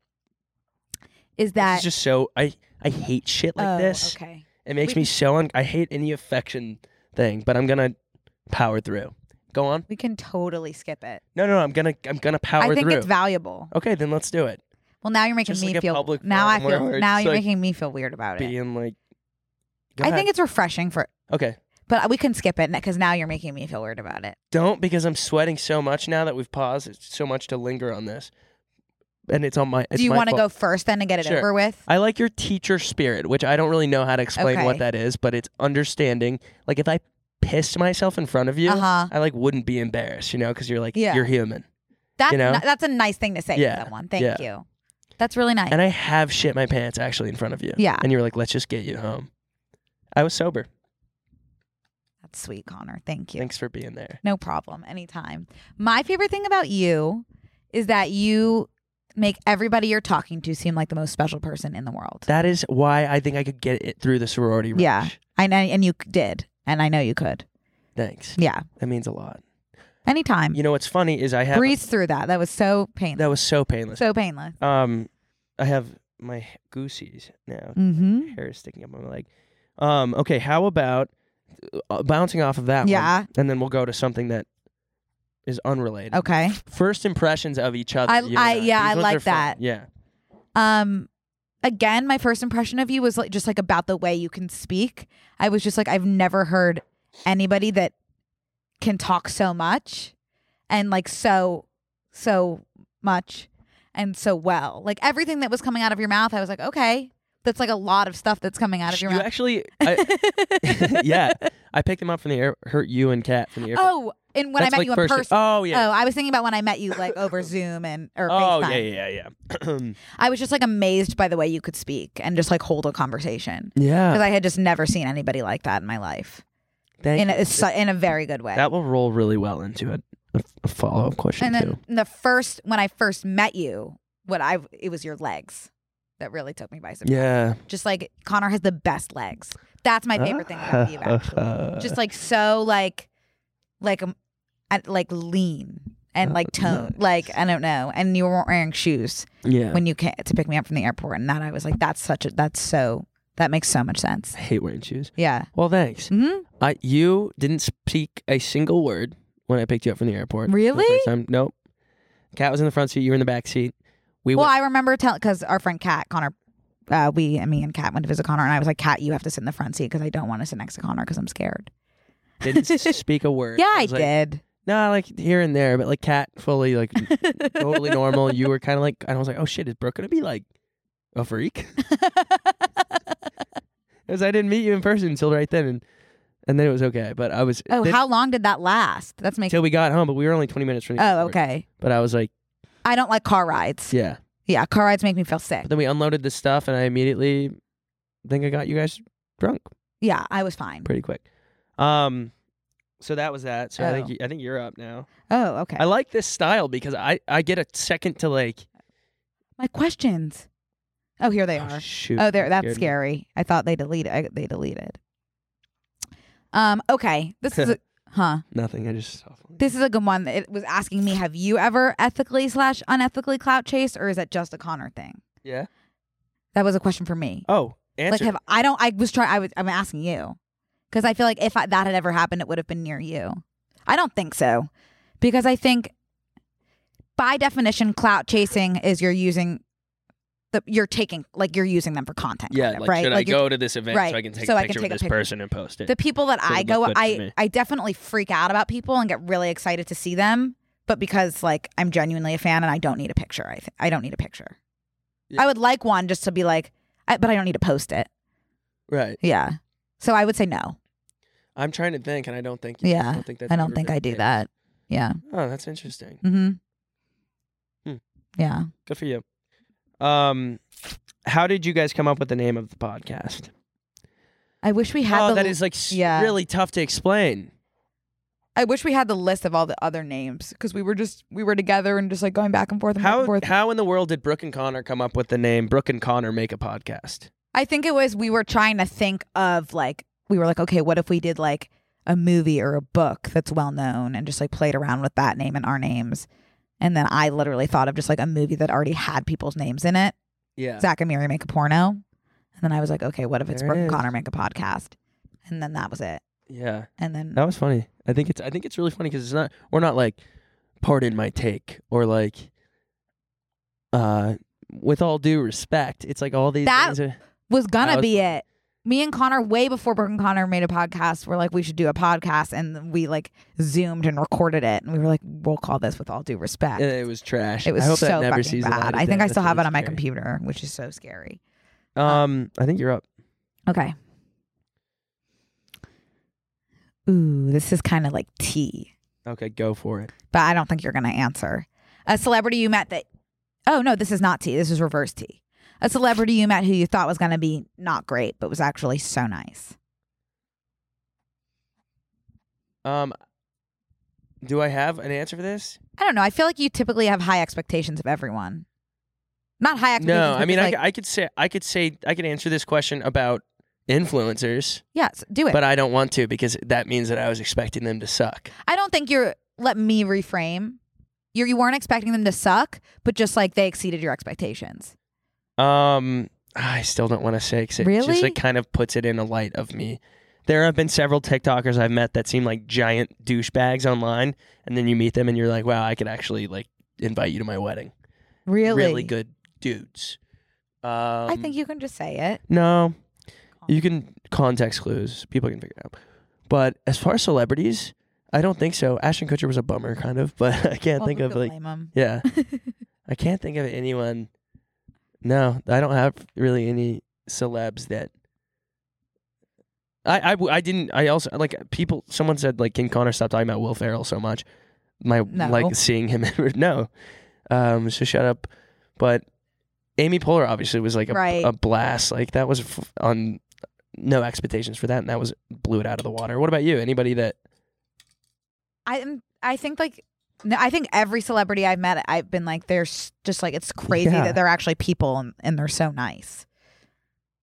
Speaker 5: is
Speaker 3: This
Speaker 5: that
Speaker 3: is just so I I hate shit like
Speaker 5: oh,
Speaker 3: this.
Speaker 5: Okay.
Speaker 3: It makes
Speaker 5: We-
Speaker 3: me so un- I hate any affection thing, but I'm going to power through. Go on.
Speaker 5: We can totally skip it.
Speaker 3: No, no, I'm gonna I'm gonna power
Speaker 5: I think
Speaker 3: through.
Speaker 5: it's valuable.
Speaker 3: okay, then let's do it.
Speaker 5: Well, now you're making
Speaker 3: Just
Speaker 5: me
Speaker 3: like a
Speaker 5: feel
Speaker 3: public
Speaker 5: now I
Speaker 3: forum where-
Speaker 5: feel
Speaker 3: where
Speaker 5: now
Speaker 3: it's
Speaker 5: you're
Speaker 3: like
Speaker 5: making me feel weird about it.
Speaker 3: Being like,
Speaker 5: I think it's refreshing for,
Speaker 3: it's okay.
Speaker 5: but we can skip it because now you're making me feel weird about it.
Speaker 3: Don't because I'm sweating so much now that we've paused. It's so much to linger on this, and it's on my. It's
Speaker 5: Do you
Speaker 3: want to
Speaker 5: go first then and get it
Speaker 3: Sure.
Speaker 5: over with?
Speaker 3: I like your teacher spirit, which I don't really know how to explain
Speaker 5: Okay.
Speaker 3: what that is, but it's understanding. Like if I pissed myself in front of you,
Speaker 5: Uh-huh.
Speaker 3: I like wouldn't be embarrassed, you know, because you're like
Speaker 5: Yeah.
Speaker 3: you're human.
Speaker 5: That's
Speaker 3: know?
Speaker 5: ni- that's a nice thing to say
Speaker 3: Yeah,
Speaker 5: to someone. Thank
Speaker 3: yeah.
Speaker 5: you. That's really nice.
Speaker 3: And I have shit my pants actually in front of you.
Speaker 5: Yeah.
Speaker 3: And you were like, let's just get you home. I was sober.
Speaker 5: that's sweet, Connor. Thank you.
Speaker 3: Thanks for being there.
Speaker 5: No problem. Anytime. My favorite thing about you is that you make everybody you're talking to seem like the most special person in the world.
Speaker 3: That is why I think I could get it through the sorority. Rush.
Speaker 5: Yeah. I know, and you c- did, and I know you could.
Speaker 3: Thanks.
Speaker 5: Yeah.
Speaker 3: That means a lot.
Speaker 5: Anytime.
Speaker 3: You know what's funny is I have
Speaker 5: Breeze through that. That was so painless.
Speaker 3: that was so painless.
Speaker 5: so painless.
Speaker 3: um, I have my gooseys now.
Speaker 5: Mm-hmm.
Speaker 3: Hair is sticking up on my leg. Um, okay. How about uh, bouncing off of that? one,
Speaker 5: Yeah.
Speaker 3: and then we'll go to something that is unrelated.
Speaker 5: Okay.
Speaker 3: First impressions of each other.
Speaker 5: I-
Speaker 3: you and
Speaker 5: I- yeah,
Speaker 3: These
Speaker 5: I
Speaker 3: ones
Speaker 5: like
Speaker 3: are fun.
Speaker 5: that.
Speaker 3: Yeah.
Speaker 5: Um, again, my first impression of you was like just like about the way you can speak. I was just like, I've never heard anybody that can talk so much and like so so much and so well. Like everything that was coming out of your mouth, I was like, okay, that's like a lot of stuff that's coming out of your
Speaker 3: you
Speaker 5: mouth.
Speaker 3: actually. I, yeah, I picked them up from the air. Hurt you and Kat from the airport.
Speaker 5: oh, and when
Speaker 3: That's
Speaker 5: I met
Speaker 3: like
Speaker 5: you in
Speaker 3: first-
Speaker 5: person.
Speaker 3: Oh yeah.
Speaker 5: Oh, I was thinking about when I met you like over Zoom and or
Speaker 3: oh
Speaker 5: FaceTime.
Speaker 3: yeah, yeah, yeah.
Speaker 5: I was just like amazed by the way you could speak and just like hold a conversation.
Speaker 3: yeah.
Speaker 5: because I had just never seen anybody like that in my life
Speaker 3: Thank
Speaker 5: in a, su- in a very good way.
Speaker 3: That will roll really well into a, a follow up question
Speaker 5: and
Speaker 3: too.
Speaker 5: then the first when I first met you, what I it was your legs that really took me by surprise.
Speaker 3: Yeah,
Speaker 5: Just like Connor has the best legs. That's my favorite thing about you. Actually. Just like so like like um, at- like lean
Speaker 1: and
Speaker 3: Oh,
Speaker 1: like tone. Like I don't know. And you weren't wearing shoes
Speaker 3: Yeah.
Speaker 1: when you came to pick me up from the airport, and that I was like, that's such a that's so that makes so much sense.
Speaker 3: I hate wearing shoes.
Speaker 1: Yeah.
Speaker 3: Well, thanks.
Speaker 1: Mm-hmm.
Speaker 3: I you didn't speak a single word when I picked you up from the airport. for the
Speaker 1: Really?
Speaker 3: first time. Nope. Cat was in the front seat. You were in the back seat. We
Speaker 1: Well,
Speaker 3: went,
Speaker 1: I remember telling because our friend Kat Connor, uh, we and me and Kat went to visit Connor, and I was like, Kat, you have to sit in the front seat because I don't want to sit next to Connor because I'm scared.
Speaker 3: didn't s- speak a word.
Speaker 1: Yeah, I
Speaker 3: was like,
Speaker 1: did.
Speaker 3: No, like here and there, but like cat fully like totally normal. You were kind of like, and I was like, oh shit, is Brooke gonna be like a freak? Because I didn't meet you in person until right then, and and then it was okay. But I was
Speaker 1: Oh,
Speaker 3: then-
Speaker 1: how long did that last? That's making.
Speaker 3: till we got home, but we were only twenty minutes from. the
Speaker 1: Oh,
Speaker 3: airport.
Speaker 1: okay.
Speaker 3: But I was like,
Speaker 1: I don't like car rides.
Speaker 3: yeah.
Speaker 1: Yeah, car rides make me feel sick.
Speaker 3: But then we unloaded the stuff, and I immediately think I got you guys drunk
Speaker 1: Yeah, I was fine.
Speaker 3: pretty quick. Um, so that was that. So I think
Speaker 1: Oh.
Speaker 3: you- I think you're up now.
Speaker 1: Oh, okay.
Speaker 3: I like this style because I I get a second to like.
Speaker 1: My questions. Oh, here they
Speaker 3: Oh,
Speaker 1: are.
Speaker 3: shoot.
Speaker 1: Oh, there. That's
Speaker 3: scared me.
Speaker 1: scary. I thought they deleted. I, they deleted. Um. Okay. This is. A, huh.
Speaker 3: Nothing. I just saw. something.
Speaker 1: This is a good one. It was asking me, have you ever ethically slash unethically clout chased, or is that just a Connor thing?
Speaker 3: Yeah.
Speaker 1: That was a question for me.
Speaker 3: Oh,
Speaker 1: like,
Speaker 3: answer.
Speaker 1: have I don't? I was trying. I was. I'm asking you because I feel like if I, that had ever happened, it would have been near you. I don't think so, because I think by definition, clout chasing is you're using the you're taking like you're using them for content.
Speaker 3: yeah.
Speaker 1: kind of,
Speaker 3: Like,
Speaker 1: right.
Speaker 3: should
Speaker 1: like
Speaker 3: I
Speaker 1: you're-
Speaker 3: go to this event
Speaker 1: right,
Speaker 3: so I can take
Speaker 1: so
Speaker 3: a
Speaker 1: I can
Speaker 3: picture
Speaker 1: take a
Speaker 3: with this
Speaker 1: pic-
Speaker 3: person and post it?
Speaker 1: the people that
Speaker 3: So
Speaker 1: I
Speaker 3: it
Speaker 1: go,
Speaker 3: looked good to
Speaker 1: I
Speaker 3: me.
Speaker 1: I definitely freak out about people and get really excited to see them, but because like I'm genuinely a fan and I don't need a picture. I th- I don't need a picture.
Speaker 3: Yeah.
Speaker 1: I would like one just to be like, I, but I don't need to post it.
Speaker 3: right.
Speaker 1: Yeah. So I would say no.
Speaker 3: I'm trying to think, and I don't think.
Speaker 1: Yeah,
Speaker 3: I don't think, that's
Speaker 1: I don't
Speaker 3: ever
Speaker 1: think
Speaker 3: been
Speaker 1: I
Speaker 3: the
Speaker 1: do
Speaker 3: case.
Speaker 1: that. Yeah.
Speaker 3: Oh, that's interesting.
Speaker 1: Mm-hmm.
Speaker 3: Hmm.
Speaker 1: Yeah.
Speaker 3: Good for you. Um, how did you guys come up with the name of the podcast?
Speaker 1: I wish we had
Speaker 3: Oh,
Speaker 1: the
Speaker 3: that
Speaker 1: l-
Speaker 3: is like s-
Speaker 1: yeah.
Speaker 3: really tough to explain.
Speaker 1: I wish we had the list of all the other names because we were just we were together and just like going back and forth and back and
Speaker 3: How
Speaker 1: forth.
Speaker 3: how in the world did Brooke and Connor come up with the name Brooke and Connor make a podcast?
Speaker 1: I think it was we were trying to think of like we were like, okay, what if we did like a movie or a book that's well known and just like played around with that name and our names. And then I literally thought of just like a movie that already had people's names in it.
Speaker 3: Yeah.
Speaker 1: Zach and Miri make a porno. And then I was like, okay, what if it's
Speaker 3: There it
Speaker 1: Brooke and
Speaker 3: is.
Speaker 1: Connor make a podcast? And then that was it.
Speaker 3: Yeah.
Speaker 1: And then
Speaker 3: That was funny. I think it's I think it's really funny because it's not we're not like pardon my take or like uh with all due respect. It's like all these
Speaker 1: That-
Speaker 3: things are,
Speaker 1: was gonna
Speaker 3: That was-
Speaker 1: be it. Me and Connor, way before Brooke and Connor made a podcast, were like, we should do a podcast. And we like zoomed and recorded it. And we were like, we'll call this with all due respect.
Speaker 3: and it was trash.
Speaker 1: It was
Speaker 3: I hope
Speaker 1: so
Speaker 3: that never
Speaker 1: fucking
Speaker 3: sees the light
Speaker 1: bad.
Speaker 3: of
Speaker 1: I think
Speaker 3: day.
Speaker 1: I still
Speaker 3: That's
Speaker 1: have it
Speaker 3: really
Speaker 1: on my
Speaker 3: scary.
Speaker 1: computer, which is so scary.
Speaker 3: Um I think you're up.
Speaker 1: Okay. Ooh, this is kind of like tea,
Speaker 3: Okay, go for it.
Speaker 1: but I don't think you're going to answer. A celebrity you met that. Oh, no, this is not tea. This is reverse tea. A celebrity you met who you thought was going to be not great, but was actually so nice.
Speaker 3: Um do I have an answer for this?
Speaker 1: I don't know. I feel like you typically have high expectations of everyone. Not high expectations.
Speaker 3: No, I
Speaker 1: but
Speaker 3: mean
Speaker 1: just
Speaker 3: I,
Speaker 1: like,
Speaker 3: c- I could say I could say I could answer this question about influencers,
Speaker 1: yes, do it.
Speaker 3: but I don't want to because that means that I was expecting them to suck.
Speaker 1: I don't think you're. Let me reframe. You you weren't expecting them to suck, but just like they exceeded your expectations.
Speaker 3: Um, I still don't want to say 'cause it
Speaker 1: Really?
Speaker 3: just like kind of puts it in a light of me. There have been several TikTokers I've met that seem like giant douchebags online, and then you meet them and you're like, wow, I could actually like invite you to my wedding.
Speaker 1: Really,
Speaker 3: good dudes. Um,
Speaker 1: I think you can just say it.
Speaker 3: no, you can context clues. People can figure it out. But as far as celebrities, I don't think so. Ashton Kutcher was a bummer, kind of, but I can't think of like Yeah. I can't think of anyone. No, I don't have really any celebs that. I, I, w- I didn't I also like people someone said like can Connor stop talking about Will Ferrell so much my
Speaker 1: No.
Speaker 3: like seeing him no um so shut up but Amy Poehler obviously was like a,
Speaker 1: Right.
Speaker 3: a blast like that was f- on no expectations for that and that was blew it out of the water what about you anybody that
Speaker 1: I am- I think like no, I think every celebrity I've met, I've been like, they're s- just like it's crazy
Speaker 3: Yeah.
Speaker 1: that they're actually people and, and they're so nice.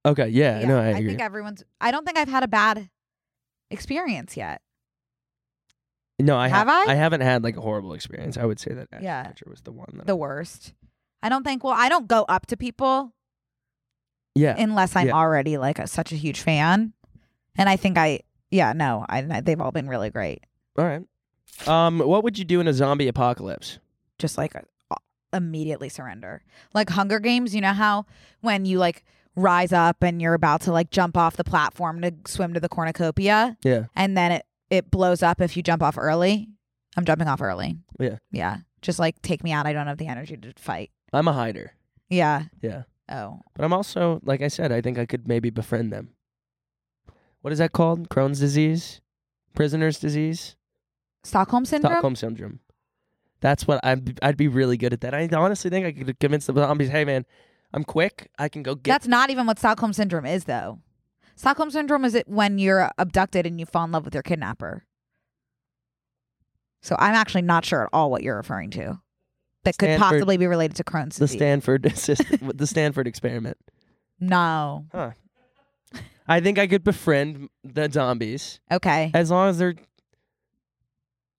Speaker 3: okay yeah, no I
Speaker 1: I
Speaker 3: agree
Speaker 1: think everyone's. I don't think I've had a bad experience yet.
Speaker 3: No, I
Speaker 1: Have I?
Speaker 3: I haven't had like a horrible experience. I would say that acupuncture
Speaker 1: Yeah.
Speaker 3: was the one. That
Speaker 1: the
Speaker 3: I-
Speaker 1: worst. I don't think. Well, I don't go up to people
Speaker 3: yeah.
Speaker 1: unless I'm
Speaker 3: Yeah.
Speaker 1: already like a, such a huge fan, and I think I. Yeah, no, I, I- they've all been really great.
Speaker 3: All right. Um, what would you do in a zombie apocalypse?
Speaker 1: Just like uh, immediately surrender, like Hunger Games. You know how when you like rise up and you're about to like jump off the platform to swim to the cornucopia,
Speaker 3: Yeah.
Speaker 1: and then it it blows up if you jump off early. I'm jumping off early.
Speaker 3: Yeah.
Speaker 1: yeah. Just like take me out. I don't have the energy to fight.
Speaker 3: I'm a hider.
Speaker 1: Yeah.
Speaker 3: Yeah.
Speaker 1: Oh,
Speaker 3: But I'm also, like I said, I think I could maybe befriend them. What is that called? Crohn's disease? Prisoner's disease?
Speaker 1: Stockholm syndrome.
Speaker 3: Stockholm syndrome. That's what I'd, I'd be really good at that. I honestly think I could convince the zombies, hey man, I'm quick. I can go get
Speaker 1: That's not even what Stockholm syndrome is, though. Stockholm syndrome is it when you're abducted and you fall in love with your kidnapper. So I'm actually not sure at all what you're referring to. That could
Speaker 3: Stanford-
Speaker 1: possibly be related to Crohn's
Speaker 3: the
Speaker 1: disease.
Speaker 3: Stanford system, the Stanford experiment.
Speaker 1: no.
Speaker 3: I think I could befriend the zombies
Speaker 1: Okay.
Speaker 3: as long as they're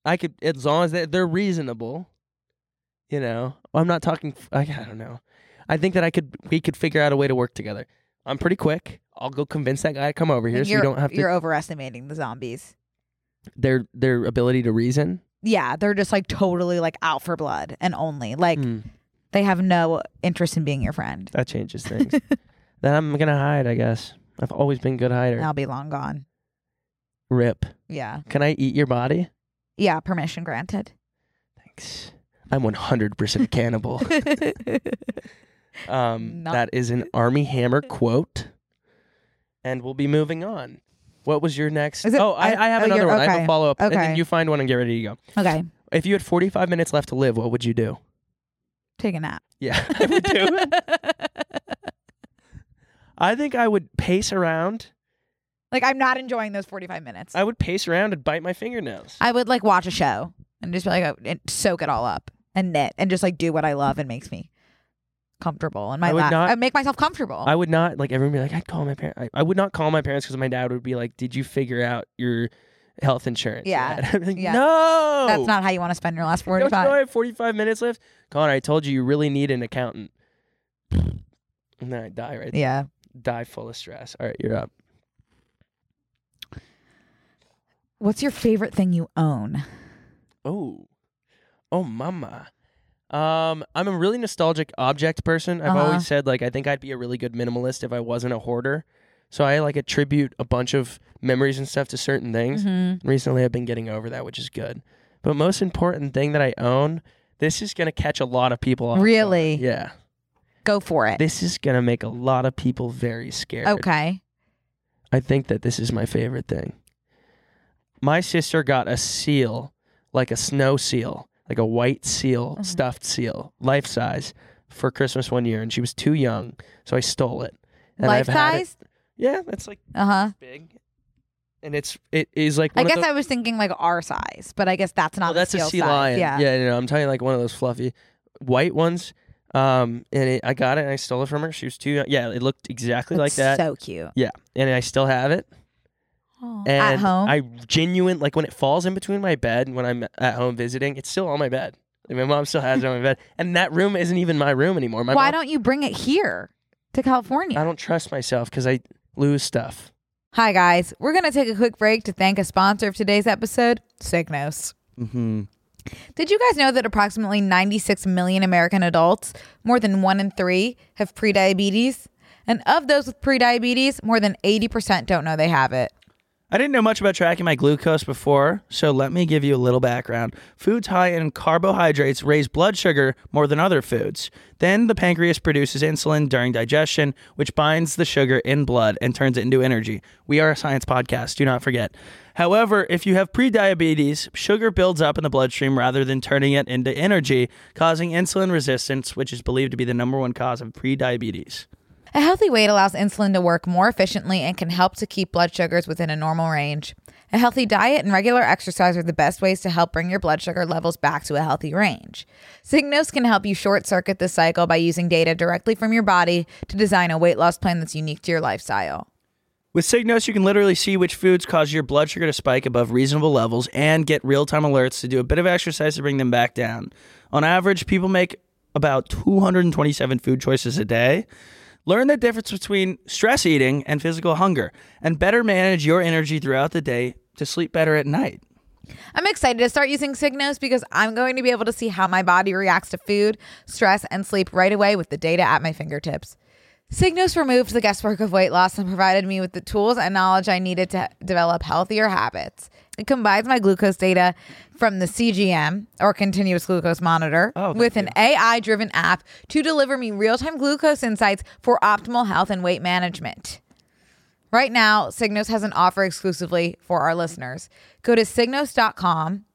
Speaker 3: I could as long as they, they're reasonable. You know, I'm not talking f- I, I don't know. I think that I could we could figure out a way to work together. I'm pretty quick. I'll go convince that guy to come over here
Speaker 1: And
Speaker 3: so
Speaker 1: you're,
Speaker 3: you don't have
Speaker 1: you're
Speaker 3: to
Speaker 1: overestimating the zombies.
Speaker 3: their their ability to reason.
Speaker 1: Yeah, they're just like totally like out for blood and only like
Speaker 3: Hmm,
Speaker 1: they have no interest in being your friend.
Speaker 3: that changes things. then I'm going to hide, I guess. I've always been a good hider.
Speaker 1: I'll be long gone.
Speaker 3: Rip.
Speaker 1: Yeah.
Speaker 3: Can I eat your body?
Speaker 1: Yeah. Permission granted.
Speaker 3: Thanks. I'm 100% cannibal. Um,
Speaker 1: Not-
Speaker 3: that is an Army Hammer quote, and we'll be moving on. What was your next?
Speaker 1: Is it-
Speaker 3: oh, I,
Speaker 1: I-
Speaker 3: I have
Speaker 1: oh,
Speaker 3: another
Speaker 1: you're-
Speaker 3: one. I have
Speaker 1: okay.
Speaker 3: a follow up, and
Speaker 1: Okay.
Speaker 3: then you find one and get ready to go.
Speaker 1: okay.
Speaker 3: If you had 45 minutes left to live, what would you do?
Speaker 1: Take a nap.
Speaker 3: Yeah, I would do. I think I would pace around.
Speaker 1: Like I'm not enjoying those 45 minutes.
Speaker 3: I would pace around and bite my fingernails.
Speaker 1: I would like watch a show and just be like, oh, and soak it all up and knit and just like do what I love and makes me comfortable. And my
Speaker 3: I would
Speaker 1: lap,
Speaker 3: not-
Speaker 1: I make myself comfortable.
Speaker 3: I would not like everyone be like, I'd call my parents. I, I would not call my parents because my dad would be like, Did you figure out your health insurance?
Speaker 1: Yeah.
Speaker 3: yet?" I'd be like,
Speaker 1: Yeah.
Speaker 3: No,
Speaker 1: That's not how you want to spend your last 45.
Speaker 3: Don't you know I have 45 minutes left? Connor, I told you you really need an accountant. And then I die right
Speaker 1: yeah.
Speaker 3: Die full of stress. All right, you're up.
Speaker 1: What's your favorite thing you own?
Speaker 3: Oh. Oh, mama. Um, I'm a really nostalgic object person. I've
Speaker 1: Uh-huh.
Speaker 3: always said like I think I'd be a really good minimalist if I wasn't a hoarder. So I like attribute a bunch of memories and stuff to certain things.
Speaker 1: Mm-hmm.
Speaker 3: Recently I've been getting over that, which is good. But most important thing that I own, this is gonna catch a lot of people off. guard.
Speaker 1: Really?
Speaker 3: Yeah.
Speaker 1: Go for it.
Speaker 3: This is gonna make a lot of people very scared.
Speaker 1: Okay.
Speaker 3: I think that this is my favorite thing. My sister got a seal, like a snow seal, like a white seal,
Speaker 1: Mm-hmm.
Speaker 3: stuffed seal, life size, for Christmas one year, and she was too young, so I stole it. And
Speaker 1: Life
Speaker 3: I've had it-
Speaker 1: size?
Speaker 3: Yeah, that's like
Speaker 1: Uh huh.
Speaker 3: big, and it's it is like.
Speaker 1: I
Speaker 3: One
Speaker 1: guess
Speaker 3: of the,
Speaker 1: I was thinking like our size, but I guess that's not
Speaker 3: well, that's a
Speaker 1: seal
Speaker 3: sea
Speaker 1: size.
Speaker 3: lion.
Speaker 1: Yeah.
Speaker 3: yeah, no, I'm telling you, like one of those fluffy white ones. Um, and it, I got it, and I stole it from her. She was too young. Yeah, it looked exactly like
Speaker 1: That's
Speaker 3: that,
Speaker 1: So cute.
Speaker 3: and I still have it. And
Speaker 1: At home.
Speaker 3: I genuine like when it falls in between my bed and when I'm at home visiting, it's still on my bed. Like, my mom still has it on my bed, and that room isn't even my room anymore. My
Speaker 1: Why
Speaker 3: mom,
Speaker 1: don't you bring it here to California?
Speaker 3: I don't trust myself because I lose stuff.
Speaker 1: Hi, guys. We're going to take a quick break to thank a sponsor of today's episode, Signos.
Speaker 2: Mm-hmm.
Speaker 1: Did you guys know that approximately 96 million American adults, more than one in three, have prediabetes? And of those with prediabetes, more than 80% don't know they have it.
Speaker 2: I didn't know much about tracking my glucose before, so let me give you a little background. Foods high in carbohydrates raise blood sugar more than other foods. Then the pancreas produces insulin during digestion, which binds the sugar in blood and turns it into energy. We are a science podcast, do not forget. However, if you have prediabetes, sugar builds up in the bloodstream rather than turning it into energy, causing insulin resistance, which is believed to be the number one cause of prediabetes.
Speaker 1: A healthy weight allows insulin to work more efficiently and can help to keep blood sugars within a normal range. A healthy diet and regular exercise are the best ways to help bring your blood sugar levels back to a healthy range. Signos can help you short circuit this cycle by using data directly from your body to design a weight loss plan that's unique to your lifestyle.
Speaker 2: With Signos, you can literally see which foods cause your blood sugar to spike above reasonable levels and get real time alerts to do a bit of exercise to bring them back down. On average, people make about 227 food choices a day. Learn the difference between stress eating and physical hunger, and better manage your energy throughout the day to sleep better at night.
Speaker 1: I'm excited to start using Signos because I'm going to be able to see how my body reacts to food, stress, and sleep right away with the data at my fingertips. Signos removed the guesswork of weight loss and provided me with the tools and knowledge I needed to develop healthier habits. It combines my glucose data from the CGM or continuous glucose monitor
Speaker 2: Oh, thank
Speaker 1: with an AI driven app to deliver me real time glucose insights for optimal health and weight management. Right now, Signos has an offer exclusively for our listeners. Go to signos.com,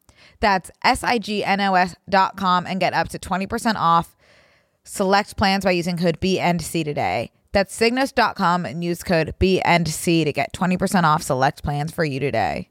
Speaker 1: that's S I G N O S.com, and get up to 20% off select plans by using code B and C today. That's signos.com and use code B and C to get 20% off select plans for you today.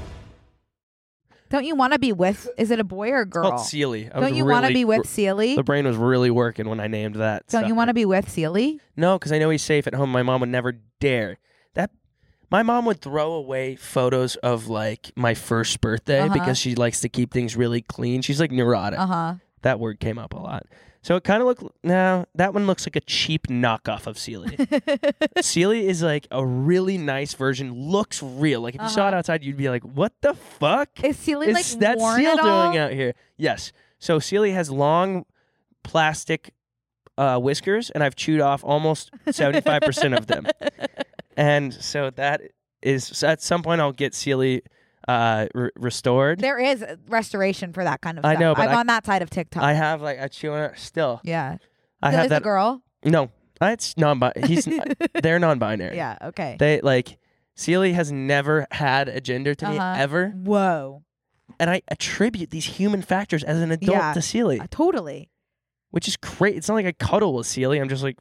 Speaker 5: Don't you want to be with? Is it a boy or a girl?
Speaker 3: Called Sealy. I was
Speaker 5: Don't you want to
Speaker 3: really-
Speaker 5: be with Sealy?
Speaker 3: The brain was really working when I named that.
Speaker 5: Don't you want to be with Sealy?
Speaker 3: No, because I know he's safe at home. My mom would never dare. That my mom would throw away photos of like my first birthday
Speaker 5: Uh-huh.
Speaker 3: because she likes to keep things really clean. She's like neurotic.
Speaker 5: Uh
Speaker 1: Uh-huh.
Speaker 5: huh.
Speaker 3: That word came up a lot. So it kind of looked now that one looks like a cheap knockoff of Sealy. Sealy is like a really nice version. Looks real. Like if you saw it outside, you'd be like, "What the fuck?"
Speaker 5: Uh-huh. Is Sealy like
Speaker 3: Is that
Speaker 5: worn
Speaker 3: seal
Speaker 5: at all?
Speaker 3: doing uh, out here? Yes. So Sealy has long plastic uh, whiskers, and I've chewed off almost seventy-five percent of them. And so that is so at some point I'll get Sealy uh, re- restored.
Speaker 5: There is restoration for that kind of
Speaker 3: I
Speaker 5: stuff.
Speaker 3: know, but
Speaker 5: I'm
Speaker 3: I-
Speaker 5: on that side of TikTok.
Speaker 3: I have like I chew on it still.
Speaker 5: yeah.
Speaker 3: I
Speaker 5: So
Speaker 3: have
Speaker 5: is
Speaker 3: that.
Speaker 5: a girl.
Speaker 3: No, it's non-binary. He's they're non-binary.
Speaker 5: Yeah. Okay.
Speaker 3: They like Sealy has never had a gender to me
Speaker 5: Uh-huh.
Speaker 3: ever,
Speaker 5: Whoa.
Speaker 3: and I attribute these human factors as an adult
Speaker 5: Yeah.
Speaker 3: to Sealy.
Speaker 5: Uh, totally.
Speaker 3: which is great. It's not like I cuddle with Sealy. I'm just like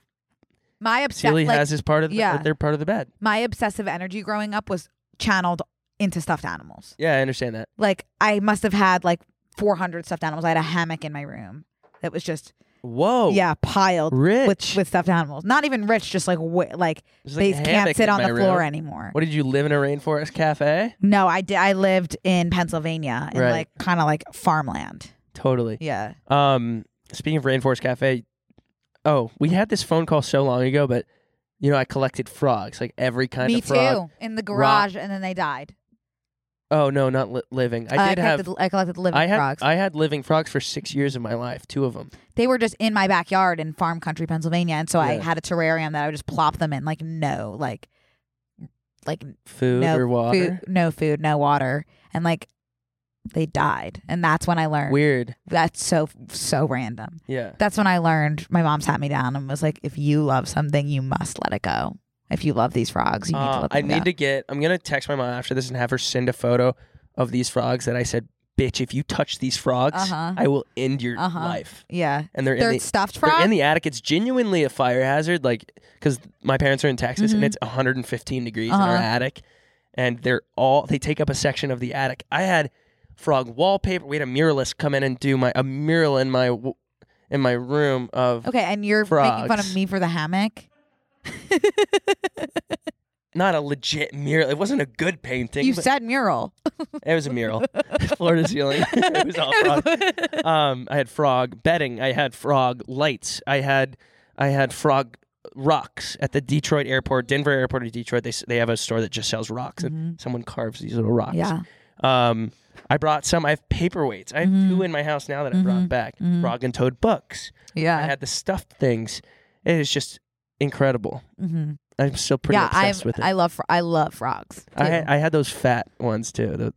Speaker 5: My obsessive
Speaker 3: Sealy
Speaker 5: like,
Speaker 3: has his part of the,
Speaker 5: yeah.
Speaker 3: their part of the bed.
Speaker 5: my obsessive energy growing up was channeled into stuffed animals.
Speaker 3: Yeah, I understand that.
Speaker 5: Like I must have had like 400 stuffed animals. I had a hammock in my room that was just
Speaker 3: Whoa.
Speaker 5: yeah piled
Speaker 3: Oh, Rich.
Speaker 5: with with stuffed animals. Not even rich, just like wi- like
Speaker 3: There's, like,
Speaker 5: they
Speaker 3: a
Speaker 5: can't
Speaker 3: hammock
Speaker 5: sit
Speaker 3: in
Speaker 5: on
Speaker 3: my
Speaker 5: the floor
Speaker 3: room.
Speaker 5: anymore.
Speaker 3: What did you live in a rainforest cafe?
Speaker 5: No, I did. I lived in Pennsylvania in
Speaker 3: Right.
Speaker 5: like kind of like farmland.
Speaker 3: Totally.
Speaker 5: Yeah.
Speaker 3: Um, speaking of rainforest cafe, oh, we had this phone call so long ago, but you know I collected frogs, like every kind
Speaker 5: Me
Speaker 3: of frog.
Speaker 5: too. In the garage, and then they died.
Speaker 3: Oh no, not li- living. I did have.
Speaker 5: collected, Uh, I collected living
Speaker 3: I had
Speaker 5: frogs.
Speaker 3: I had living frogs for six years of my life. Two of them.
Speaker 5: they were just in my backyard in farm country, Pennsylvania, and so I
Speaker 3: Yeah.
Speaker 5: had a terrarium that I would just plop them in. Like no, like like
Speaker 3: Food
Speaker 5: no
Speaker 3: or water.
Speaker 5: food, no food, no water, and like they died. And that's when I learned.
Speaker 3: Weird.
Speaker 5: That's so so random.
Speaker 3: Yeah.
Speaker 5: That's when I learned. My mom sat me down and was like, "If you love something, you must let it go. If you love these frogs, you need
Speaker 3: Uh,
Speaker 5: to let them
Speaker 3: I need
Speaker 5: go."
Speaker 3: to get. I'm gonna text my mom after this and have her send a photo of these frogs that I said, "Bitch, if you touch these frogs,
Speaker 5: Uh-huh.
Speaker 3: I will end your
Speaker 5: Uh-huh.
Speaker 3: life."
Speaker 5: yeah,
Speaker 3: And they're,
Speaker 5: they're
Speaker 3: in the,
Speaker 5: stuffed
Speaker 3: they're
Speaker 5: frogs.
Speaker 3: in the attic. It's genuinely a fire hazard, like because my parents are in Texas and
Speaker 5: Mhm.
Speaker 3: it's 115 degrees in our
Speaker 5: Uh-huh.
Speaker 3: attic, and they're all they take up a section of the attic. I had frog wallpaper. We had a muralist come in and do my a mural in my w- in my room of
Speaker 5: okay, and you're making fun of
Speaker 3: Frogs.
Speaker 5: me for the hammock.
Speaker 3: not a legit mural. It wasn't a good painting.
Speaker 5: You
Speaker 3: but-
Speaker 5: said mural.
Speaker 3: It was a mural. Floor to ceiling. it was all frog. Um, I had frog bedding. I had frog lights. I had I had frog rocks at the Detroit airport, Denver airport of Detroit. They s- they have a store that just sells rocks, and someone carves these little rocks.
Speaker 5: Mm-hmm. Yeah.
Speaker 3: Um, I brought some. I have paperweights. I have
Speaker 5: Mm-hmm.
Speaker 3: two in my house now that I brought back. Frog and toad books.
Speaker 5: Yeah.
Speaker 3: I had the stuffed things. It is just incredible.
Speaker 5: mm-hmm.
Speaker 3: I'm still pretty
Speaker 5: yeah,
Speaker 3: obsessed
Speaker 5: I
Speaker 3: with it.
Speaker 5: I love fro- I love frogs.
Speaker 3: I
Speaker 5: too.
Speaker 3: had, I had those fat ones too. tho-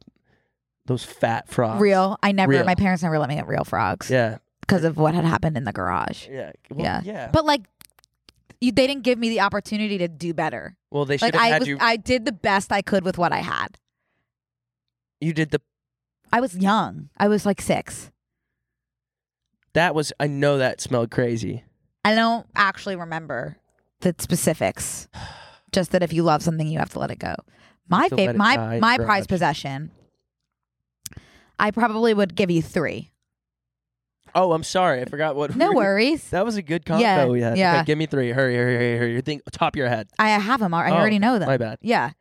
Speaker 3: those fat frogs.
Speaker 5: real. I never.
Speaker 3: Real.
Speaker 5: My parents never let me get real frogs
Speaker 3: Yeah.
Speaker 5: because of what had happened in the garage.
Speaker 3: Yeah.
Speaker 5: yeah.
Speaker 3: Well, yeah.
Speaker 5: But like, you, they didn't give me the opportunity to do better.
Speaker 3: well, they should
Speaker 5: Like
Speaker 3: have
Speaker 5: I
Speaker 3: had
Speaker 5: was,
Speaker 3: you.
Speaker 5: I did the best I could with what I had.
Speaker 3: you did the.
Speaker 5: I was young. I was like six.
Speaker 3: That was I know that smelled crazy.
Speaker 6: I don't actually remember the specifics. Just that if you love something, you have to let it go.
Speaker 1: My
Speaker 3: to
Speaker 1: fa-
Speaker 3: let it
Speaker 1: my
Speaker 3: die
Speaker 1: my
Speaker 3: very
Speaker 1: prize
Speaker 3: much.
Speaker 1: possession. I probably would give you three.
Speaker 3: Oh, I'm sorry, I forgot what.
Speaker 1: No worries.
Speaker 3: That was a good combo.
Speaker 1: Yeah,
Speaker 3: we had.
Speaker 1: yeah.
Speaker 3: Okay, give me three. Hurry, hurry, hurry, hurry. Think top of your head.
Speaker 1: I have them. alre- I
Speaker 3: Oh,
Speaker 1: already know them.
Speaker 3: My bad.
Speaker 1: Yeah,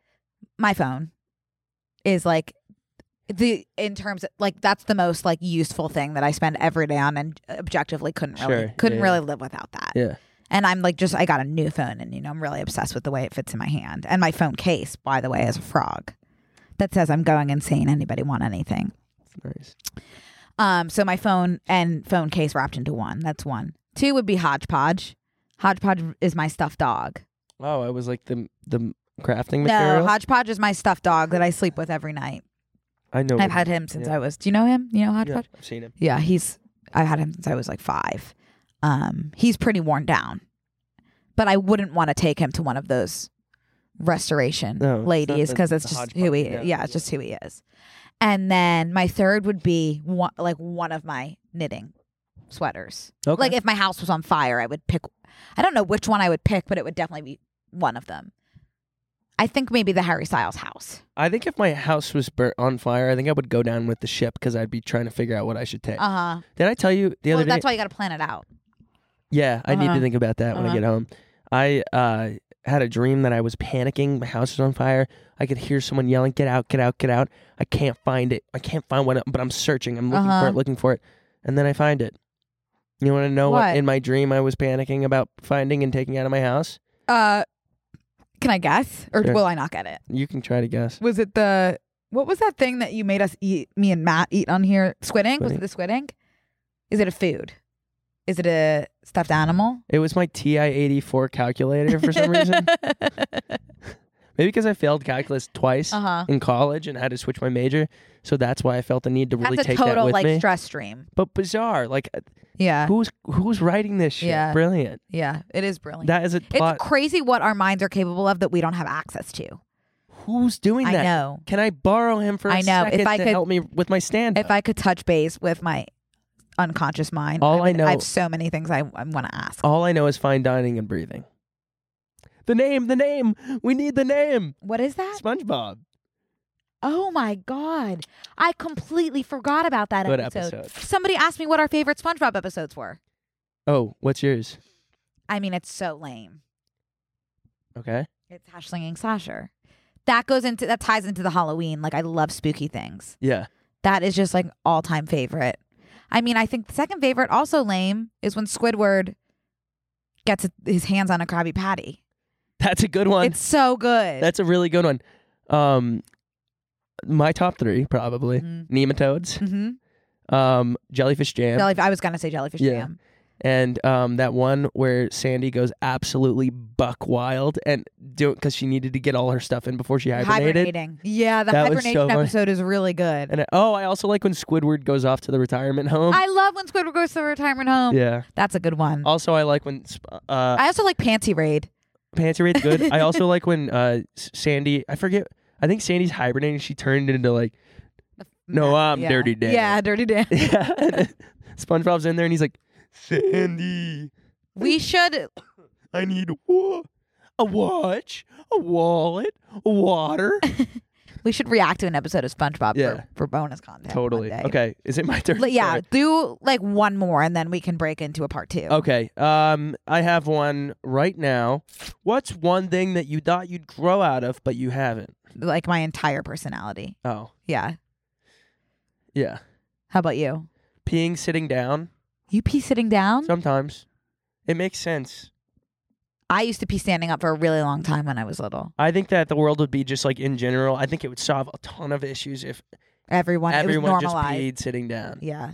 Speaker 1: my phone is like the in terms of like that's the most like useful thing that I spend every day on, and objectively couldn't really
Speaker 3: Sure.
Speaker 1: couldn't
Speaker 3: Yeah,
Speaker 1: really live without that.
Speaker 3: Yeah.
Speaker 1: And I'm like just I got a new phone, and you know I'm really obsessed with the way it fits in my hand, and my phone case, by the way, is a frog that says I'm going insane. Anybody want anything?
Speaker 3: Nice.
Speaker 1: Um, so my phone and phone case wrapped into one. That's one. Two would be hodgepodge. Hodgepodge is my stuffed dog.
Speaker 3: Oh, I was like the the crafting
Speaker 1: No,
Speaker 3: material.
Speaker 1: hodgepodge is my stuffed dog that I sleep with every night.
Speaker 3: I know.
Speaker 1: I've had him since
Speaker 3: Yeah.
Speaker 1: I was. Do you know him? You know
Speaker 3: Yeah,
Speaker 1: hodgepodge?
Speaker 3: I've seen it.
Speaker 1: Yeah, he's. I've had him since I was like five. Um, he's pretty worn down, but I wouldn't want to take him to one of those restoration
Speaker 3: No, it's not
Speaker 1: ladies
Speaker 3: the-
Speaker 1: because that's
Speaker 3: the
Speaker 1: just
Speaker 3: hodgepodge,
Speaker 1: who he.
Speaker 3: yeah.
Speaker 1: Yeah, it's just who he is. And then my third would be one, like one of my knitting sweaters.
Speaker 3: Okay.
Speaker 1: Like if my house was on fire, I would pick. I don't know which one I would pick, but it would definitely be one of them. I think maybe the Harry Styles house.
Speaker 3: I think if my house was bur- on fire, I think I would go down with the ship because I'd be trying to figure out what I should take.
Speaker 1: Uh huh.
Speaker 3: Did I tell you the
Speaker 1: Well,
Speaker 3: other day?
Speaker 1: that's why you got to plan it out.
Speaker 3: Yeah, I need to
Speaker 1: Uh-huh.
Speaker 3: think about that when I
Speaker 1: Uh-huh.
Speaker 3: get home. I uh, had a dream that I was panicking. My house was on fire. I could hear someone yelling, "Get out! Get out! Get out!" I can't find it. I can't find what, but I'm searching. I'm looking for
Speaker 1: Uh-huh.
Speaker 3: it, looking for it, and then I find it. You want to know what?
Speaker 1: What?
Speaker 3: in my dream I was panicking about finding and taking out of my house?
Speaker 1: Uh, can I guess, or
Speaker 3: Sure.
Speaker 1: will I not get it?
Speaker 3: You can try to guess.
Speaker 1: Was it the what was that thing that you made us eat? Me and Matt eat on here. Squid ink. Was
Speaker 3: Squid
Speaker 1: it the squid ink? Is it a food? Is it a stuffed animal? Uh-huh.
Speaker 3: It was my TI eighty four calculator for some reason. Maybe because I failed calculus twice
Speaker 1: Uh huh.
Speaker 3: in college and had to switch my major, so that's why I felt the need to really
Speaker 1: That's a
Speaker 3: take that
Speaker 1: total
Speaker 3: with
Speaker 1: like
Speaker 3: me.
Speaker 1: stress stream.
Speaker 3: but bizarre, like
Speaker 1: Yeah,
Speaker 3: who's who's writing this shit?
Speaker 1: Yeah.
Speaker 3: Brilliant.
Speaker 1: yeah. It is brilliant.
Speaker 3: That is a plot.
Speaker 1: it's crazy what our minds are capable of that we don't have access to.
Speaker 3: who's doing
Speaker 1: I
Speaker 3: that?
Speaker 1: know.
Speaker 3: Can I borrow him for a
Speaker 1: I know. If
Speaker 3: second
Speaker 1: I
Speaker 3: to
Speaker 1: could-
Speaker 3: help me with my stand?
Speaker 1: If I could touch base with my unconscious mind,
Speaker 3: All I
Speaker 1: would-
Speaker 3: know-
Speaker 1: I have so many things I, I want to ask.
Speaker 3: All I know is fine dining and breathing. The name, the name. We need the name.
Speaker 1: What is that?
Speaker 3: SpongeBob.
Speaker 1: Oh my god. I completely forgot about that
Speaker 3: Good
Speaker 1: episode.
Speaker 3: episode.
Speaker 1: Somebody asked me what our favorite SpongeBob episodes were.
Speaker 3: Oh, what's yours?
Speaker 1: I mean, it's so lame.
Speaker 3: Okay.
Speaker 1: It's Hash Slinging Slasher. That goes into that ties into the Halloween. Like I love spooky things.
Speaker 3: Yeah.
Speaker 1: That is just like all time favorite. I mean, I think the second favorite, also lame, is when Squidward gets his hands on a Krabby Patty.
Speaker 3: That's a good one.
Speaker 1: It's so good.
Speaker 3: That's a really good one. Um my top 3 probably.
Speaker 1: Mhm.
Speaker 3: Nematodes,
Speaker 1: hmm
Speaker 3: um Jellyfish Jam,
Speaker 1: Jellyf- I was gonna say jellyfish
Speaker 3: Yeah.
Speaker 1: jam.
Speaker 3: and um that one where Sandy goes absolutely buck wild and do cuz she needed to get all her stuff in before she hibernated.
Speaker 1: Hibernating. Yeah, the
Speaker 3: That was so
Speaker 1: hibernation
Speaker 3: funny.
Speaker 1: episode is really good.
Speaker 3: And I, oh, I also like when Squidward goes off to the retirement home.
Speaker 1: I love when Squidward goes to the retirement home.
Speaker 3: Um, yeah. Uh,
Speaker 1: That's a good one.
Speaker 3: Also, I like when Sp- uh,
Speaker 1: I also like Panty Raid.
Speaker 3: Panty Raid's good. I also like when uh, S- Sandy. I forget. I think Sandy's hibernating. She turned into like, no, I'm
Speaker 1: Yeah.
Speaker 3: Dirty Dan.
Speaker 1: Yeah, Dirty Dan.
Speaker 3: Yeah. And then SpongeBob's in there and he's like, Sandy,
Speaker 1: we should.
Speaker 3: I need wa- a watch, a wallet, water.
Speaker 1: We should react to an episode of SpongeBob
Speaker 3: Yeah.
Speaker 1: for, for bonus content. one
Speaker 3: totally.
Speaker 1: day.
Speaker 3: Okay. Is it my turn?
Speaker 1: But yeah,
Speaker 3: Sorry.
Speaker 1: do like one more, and then we can break into a part two.
Speaker 3: Okay. Um, I have one right now. What's one thing that you thought you'd grow out of but you haven't?
Speaker 1: Like my entire personality.
Speaker 3: Oh,
Speaker 1: Yeah.
Speaker 3: yeah.
Speaker 1: How about you?
Speaker 3: Peeing sitting down
Speaker 1: You pee sitting down?
Speaker 3: sometimes. It makes sense.
Speaker 1: I used to pee standing up for a really long time when I was little.
Speaker 3: I think that the world would be just like in general. I think it would solve a ton of issues if
Speaker 1: Everyone, it
Speaker 3: everyone
Speaker 1: was
Speaker 3: just
Speaker 1: normalized.
Speaker 3: peed sitting down.
Speaker 1: Yeah.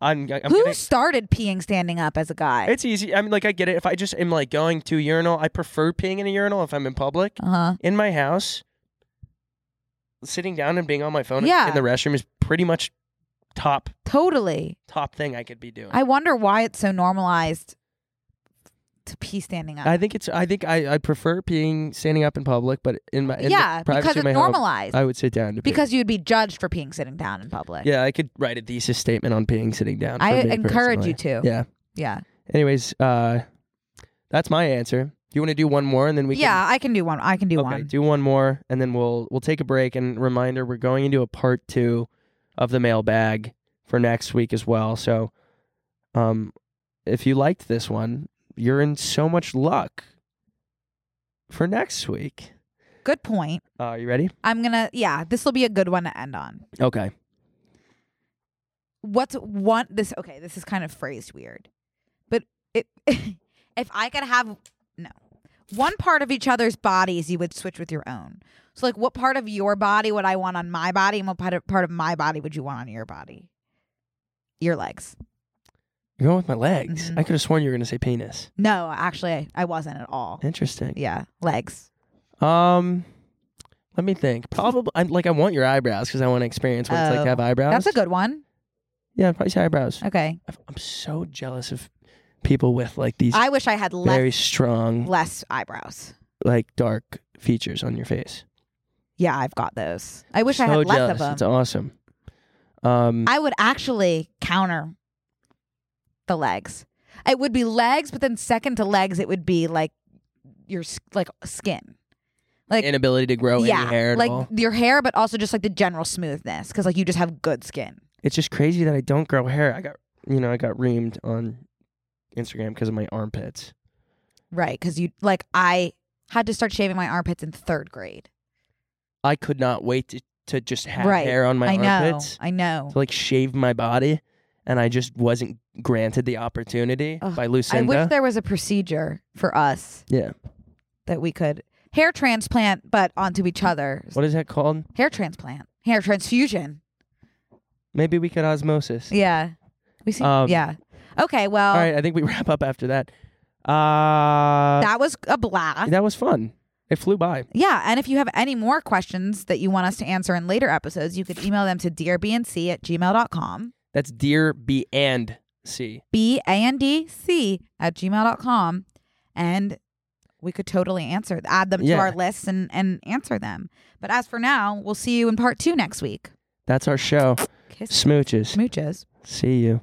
Speaker 3: I'm, I'm
Speaker 1: Who
Speaker 3: gonna-
Speaker 1: started peeing standing up as a guy?
Speaker 3: it's easy. I mean, like I get it. If I just am like going to a urinal, I prefer peeing in a urinal if I'm in public.
Speaker 1: Uh huh.
Speaker 3: In my house, sitting down and being on my phone
Speaker 1: Yeah.
Speaker 3: in the restroom is pretty much top
Speaker 1: Totally.
Speaker 3: top thing I could be doing.
Speaker 1: I wonder why it's so normalized to pee standing up.
Speaker 3: I think it's. I think I, I prefer peeing standing up in public, but in my in
Speaker 1: yeah,
Speaker 3: the privacy
Speaker 1: because
Speaker 3: of
Speaker 1: it's
Speaker 3: my home,
Speaker 1: normalized.
Speaker 3: I would sit down to pee.
Speaker 1: because you'd be judged for peeing sitting down in public.
Speaker 3: yeah, I could write a thesis statement on peeing sitting down.
Speaker 1: I
Speaker 3: for me
Speaker 1: encourage you
Speaker 3: personally.
Speaker 1: to.
Speaker 3: Yeah.
Speaker 1: Yeah.
Speaker 3: Anyways, uh, that's my answer. Do you want to do one more and then we
Speaker 1: yeah, I can do one. I can do
Speaker 3: can okay,
Speaker 1: one.
Speaker 3: do one more and then we'll we'll take a break and reminder we're going into a part two of the mailbag for next week as well. So, um, if you liked this one, you're in so much luck for next week.
Speaker 1: Good point.
Speaker 3: Uh, are you ready?
Speaker 1: I'm going to yeah, this will be a good one to end on.
Speaker 3: Okay.
Speaker 1: what's one this okay this is kind of phrased weird but it, if i could have no one part of each other's bodies you would switch with your own so like what part of your body would i want on my body and what part of, part of my body would you want on your body your legs
Speaker 3: You're going with my legs.
Speaker 1: Mhm.
Speaker 3: I could have sworn you were going to say penis.
Speaker 1: no actually i, I wasn't at all
Speaker 3: Interesting.
Speaker 1: yeah legs
Speaker 3: Um, let me think. Probably, I, like, I want your eyebrows because I want to experience what it's like
Speaker 1: Oh,
Speaker 3: to have eyebrows.
Speaker 1: that's a good one
Speaker 3: Yeah, I'd probably say eyebrows.
Speaker 1: okay
Speaker 3: I've- I'm so jealous of people with like these
Speaker 1: i wish i had less
Speaker 3: very strong,
Speaker 1: less eyebrows
Speaker 3: like dark features on your face.
Speaker 1: yeah i've got those i wish i
Speaker 3: So
Speaker 1: had less
Speaker 3: jealous.
Speaker 1: of them
Speaker 3: It's awesome. Um,
Speaker 1: I would actually counter the legs. It would be legs, but then second to legs, it would be like your s- like skin, like
Speaker 3: inability to grow
Speaker 1: yeah,
Speaker 3: Oh, any hair at
Speaker 1: like
Speaker 3: all.
Speaker 1: your hair, but also just like the general smoothness because like you just have good skin.
Speaker 3: It's just crazy that I don't grow hair. I got, you know, I got reamed on Instagram because of my armpits.
Speaker 1: Right, because you like I had to start shaving my armpits in third grade.
Speaker 3: I could not wait to, to just have
Speaker 1: Right.
Speaker 3: hair on my
Speaker 1: I know,
Speaker 3: armpits.
Speaker 1: I know.
Speaker 3: to like shave my body, and I just wasn't granted the opportunity
Speaker 1: Ugh,
Speaker 3: by
Speaker 1: I
Speaker 3: Lucinda.
Speaker 1: wish there was a procedure for us
Speaker 3: yeah,
Speaker 1: that we could hair transplant, but onto each other.
Speaker 3: what is that called?
Speaker 1: Hair transplant, hair transfusion.
Speaker 3: Maybe we could osmosis.
Speaker 1: Yeah. We see.
Speaker 3: Um,
Speaker 1: yeah. Okay. Well,
Speaker 3: All right, I think we wrap up after that. Uh,
Speaker 1: that was a blast.
Speaker 3: that was fun. It flew by.
Speaker 1: yeah. And if you have any more questions that you want us to answer in later episodes, you could email them to dearbnc at gmail.com,
Speaker 3: That's dear B and C.
Speaker 1: B A N D C at gmail.com. And we could totally answer, add them
Speaker 3: Yeah.
Speaker 1: to our lists and, and answer them. But as for now, we'll see you in part two next week.
Speaker 3: That's our show.
Speaker 1: Kiss.
Speaker 3: Smooches.
Speaker 1: Smooches.
Speaker 3: See you.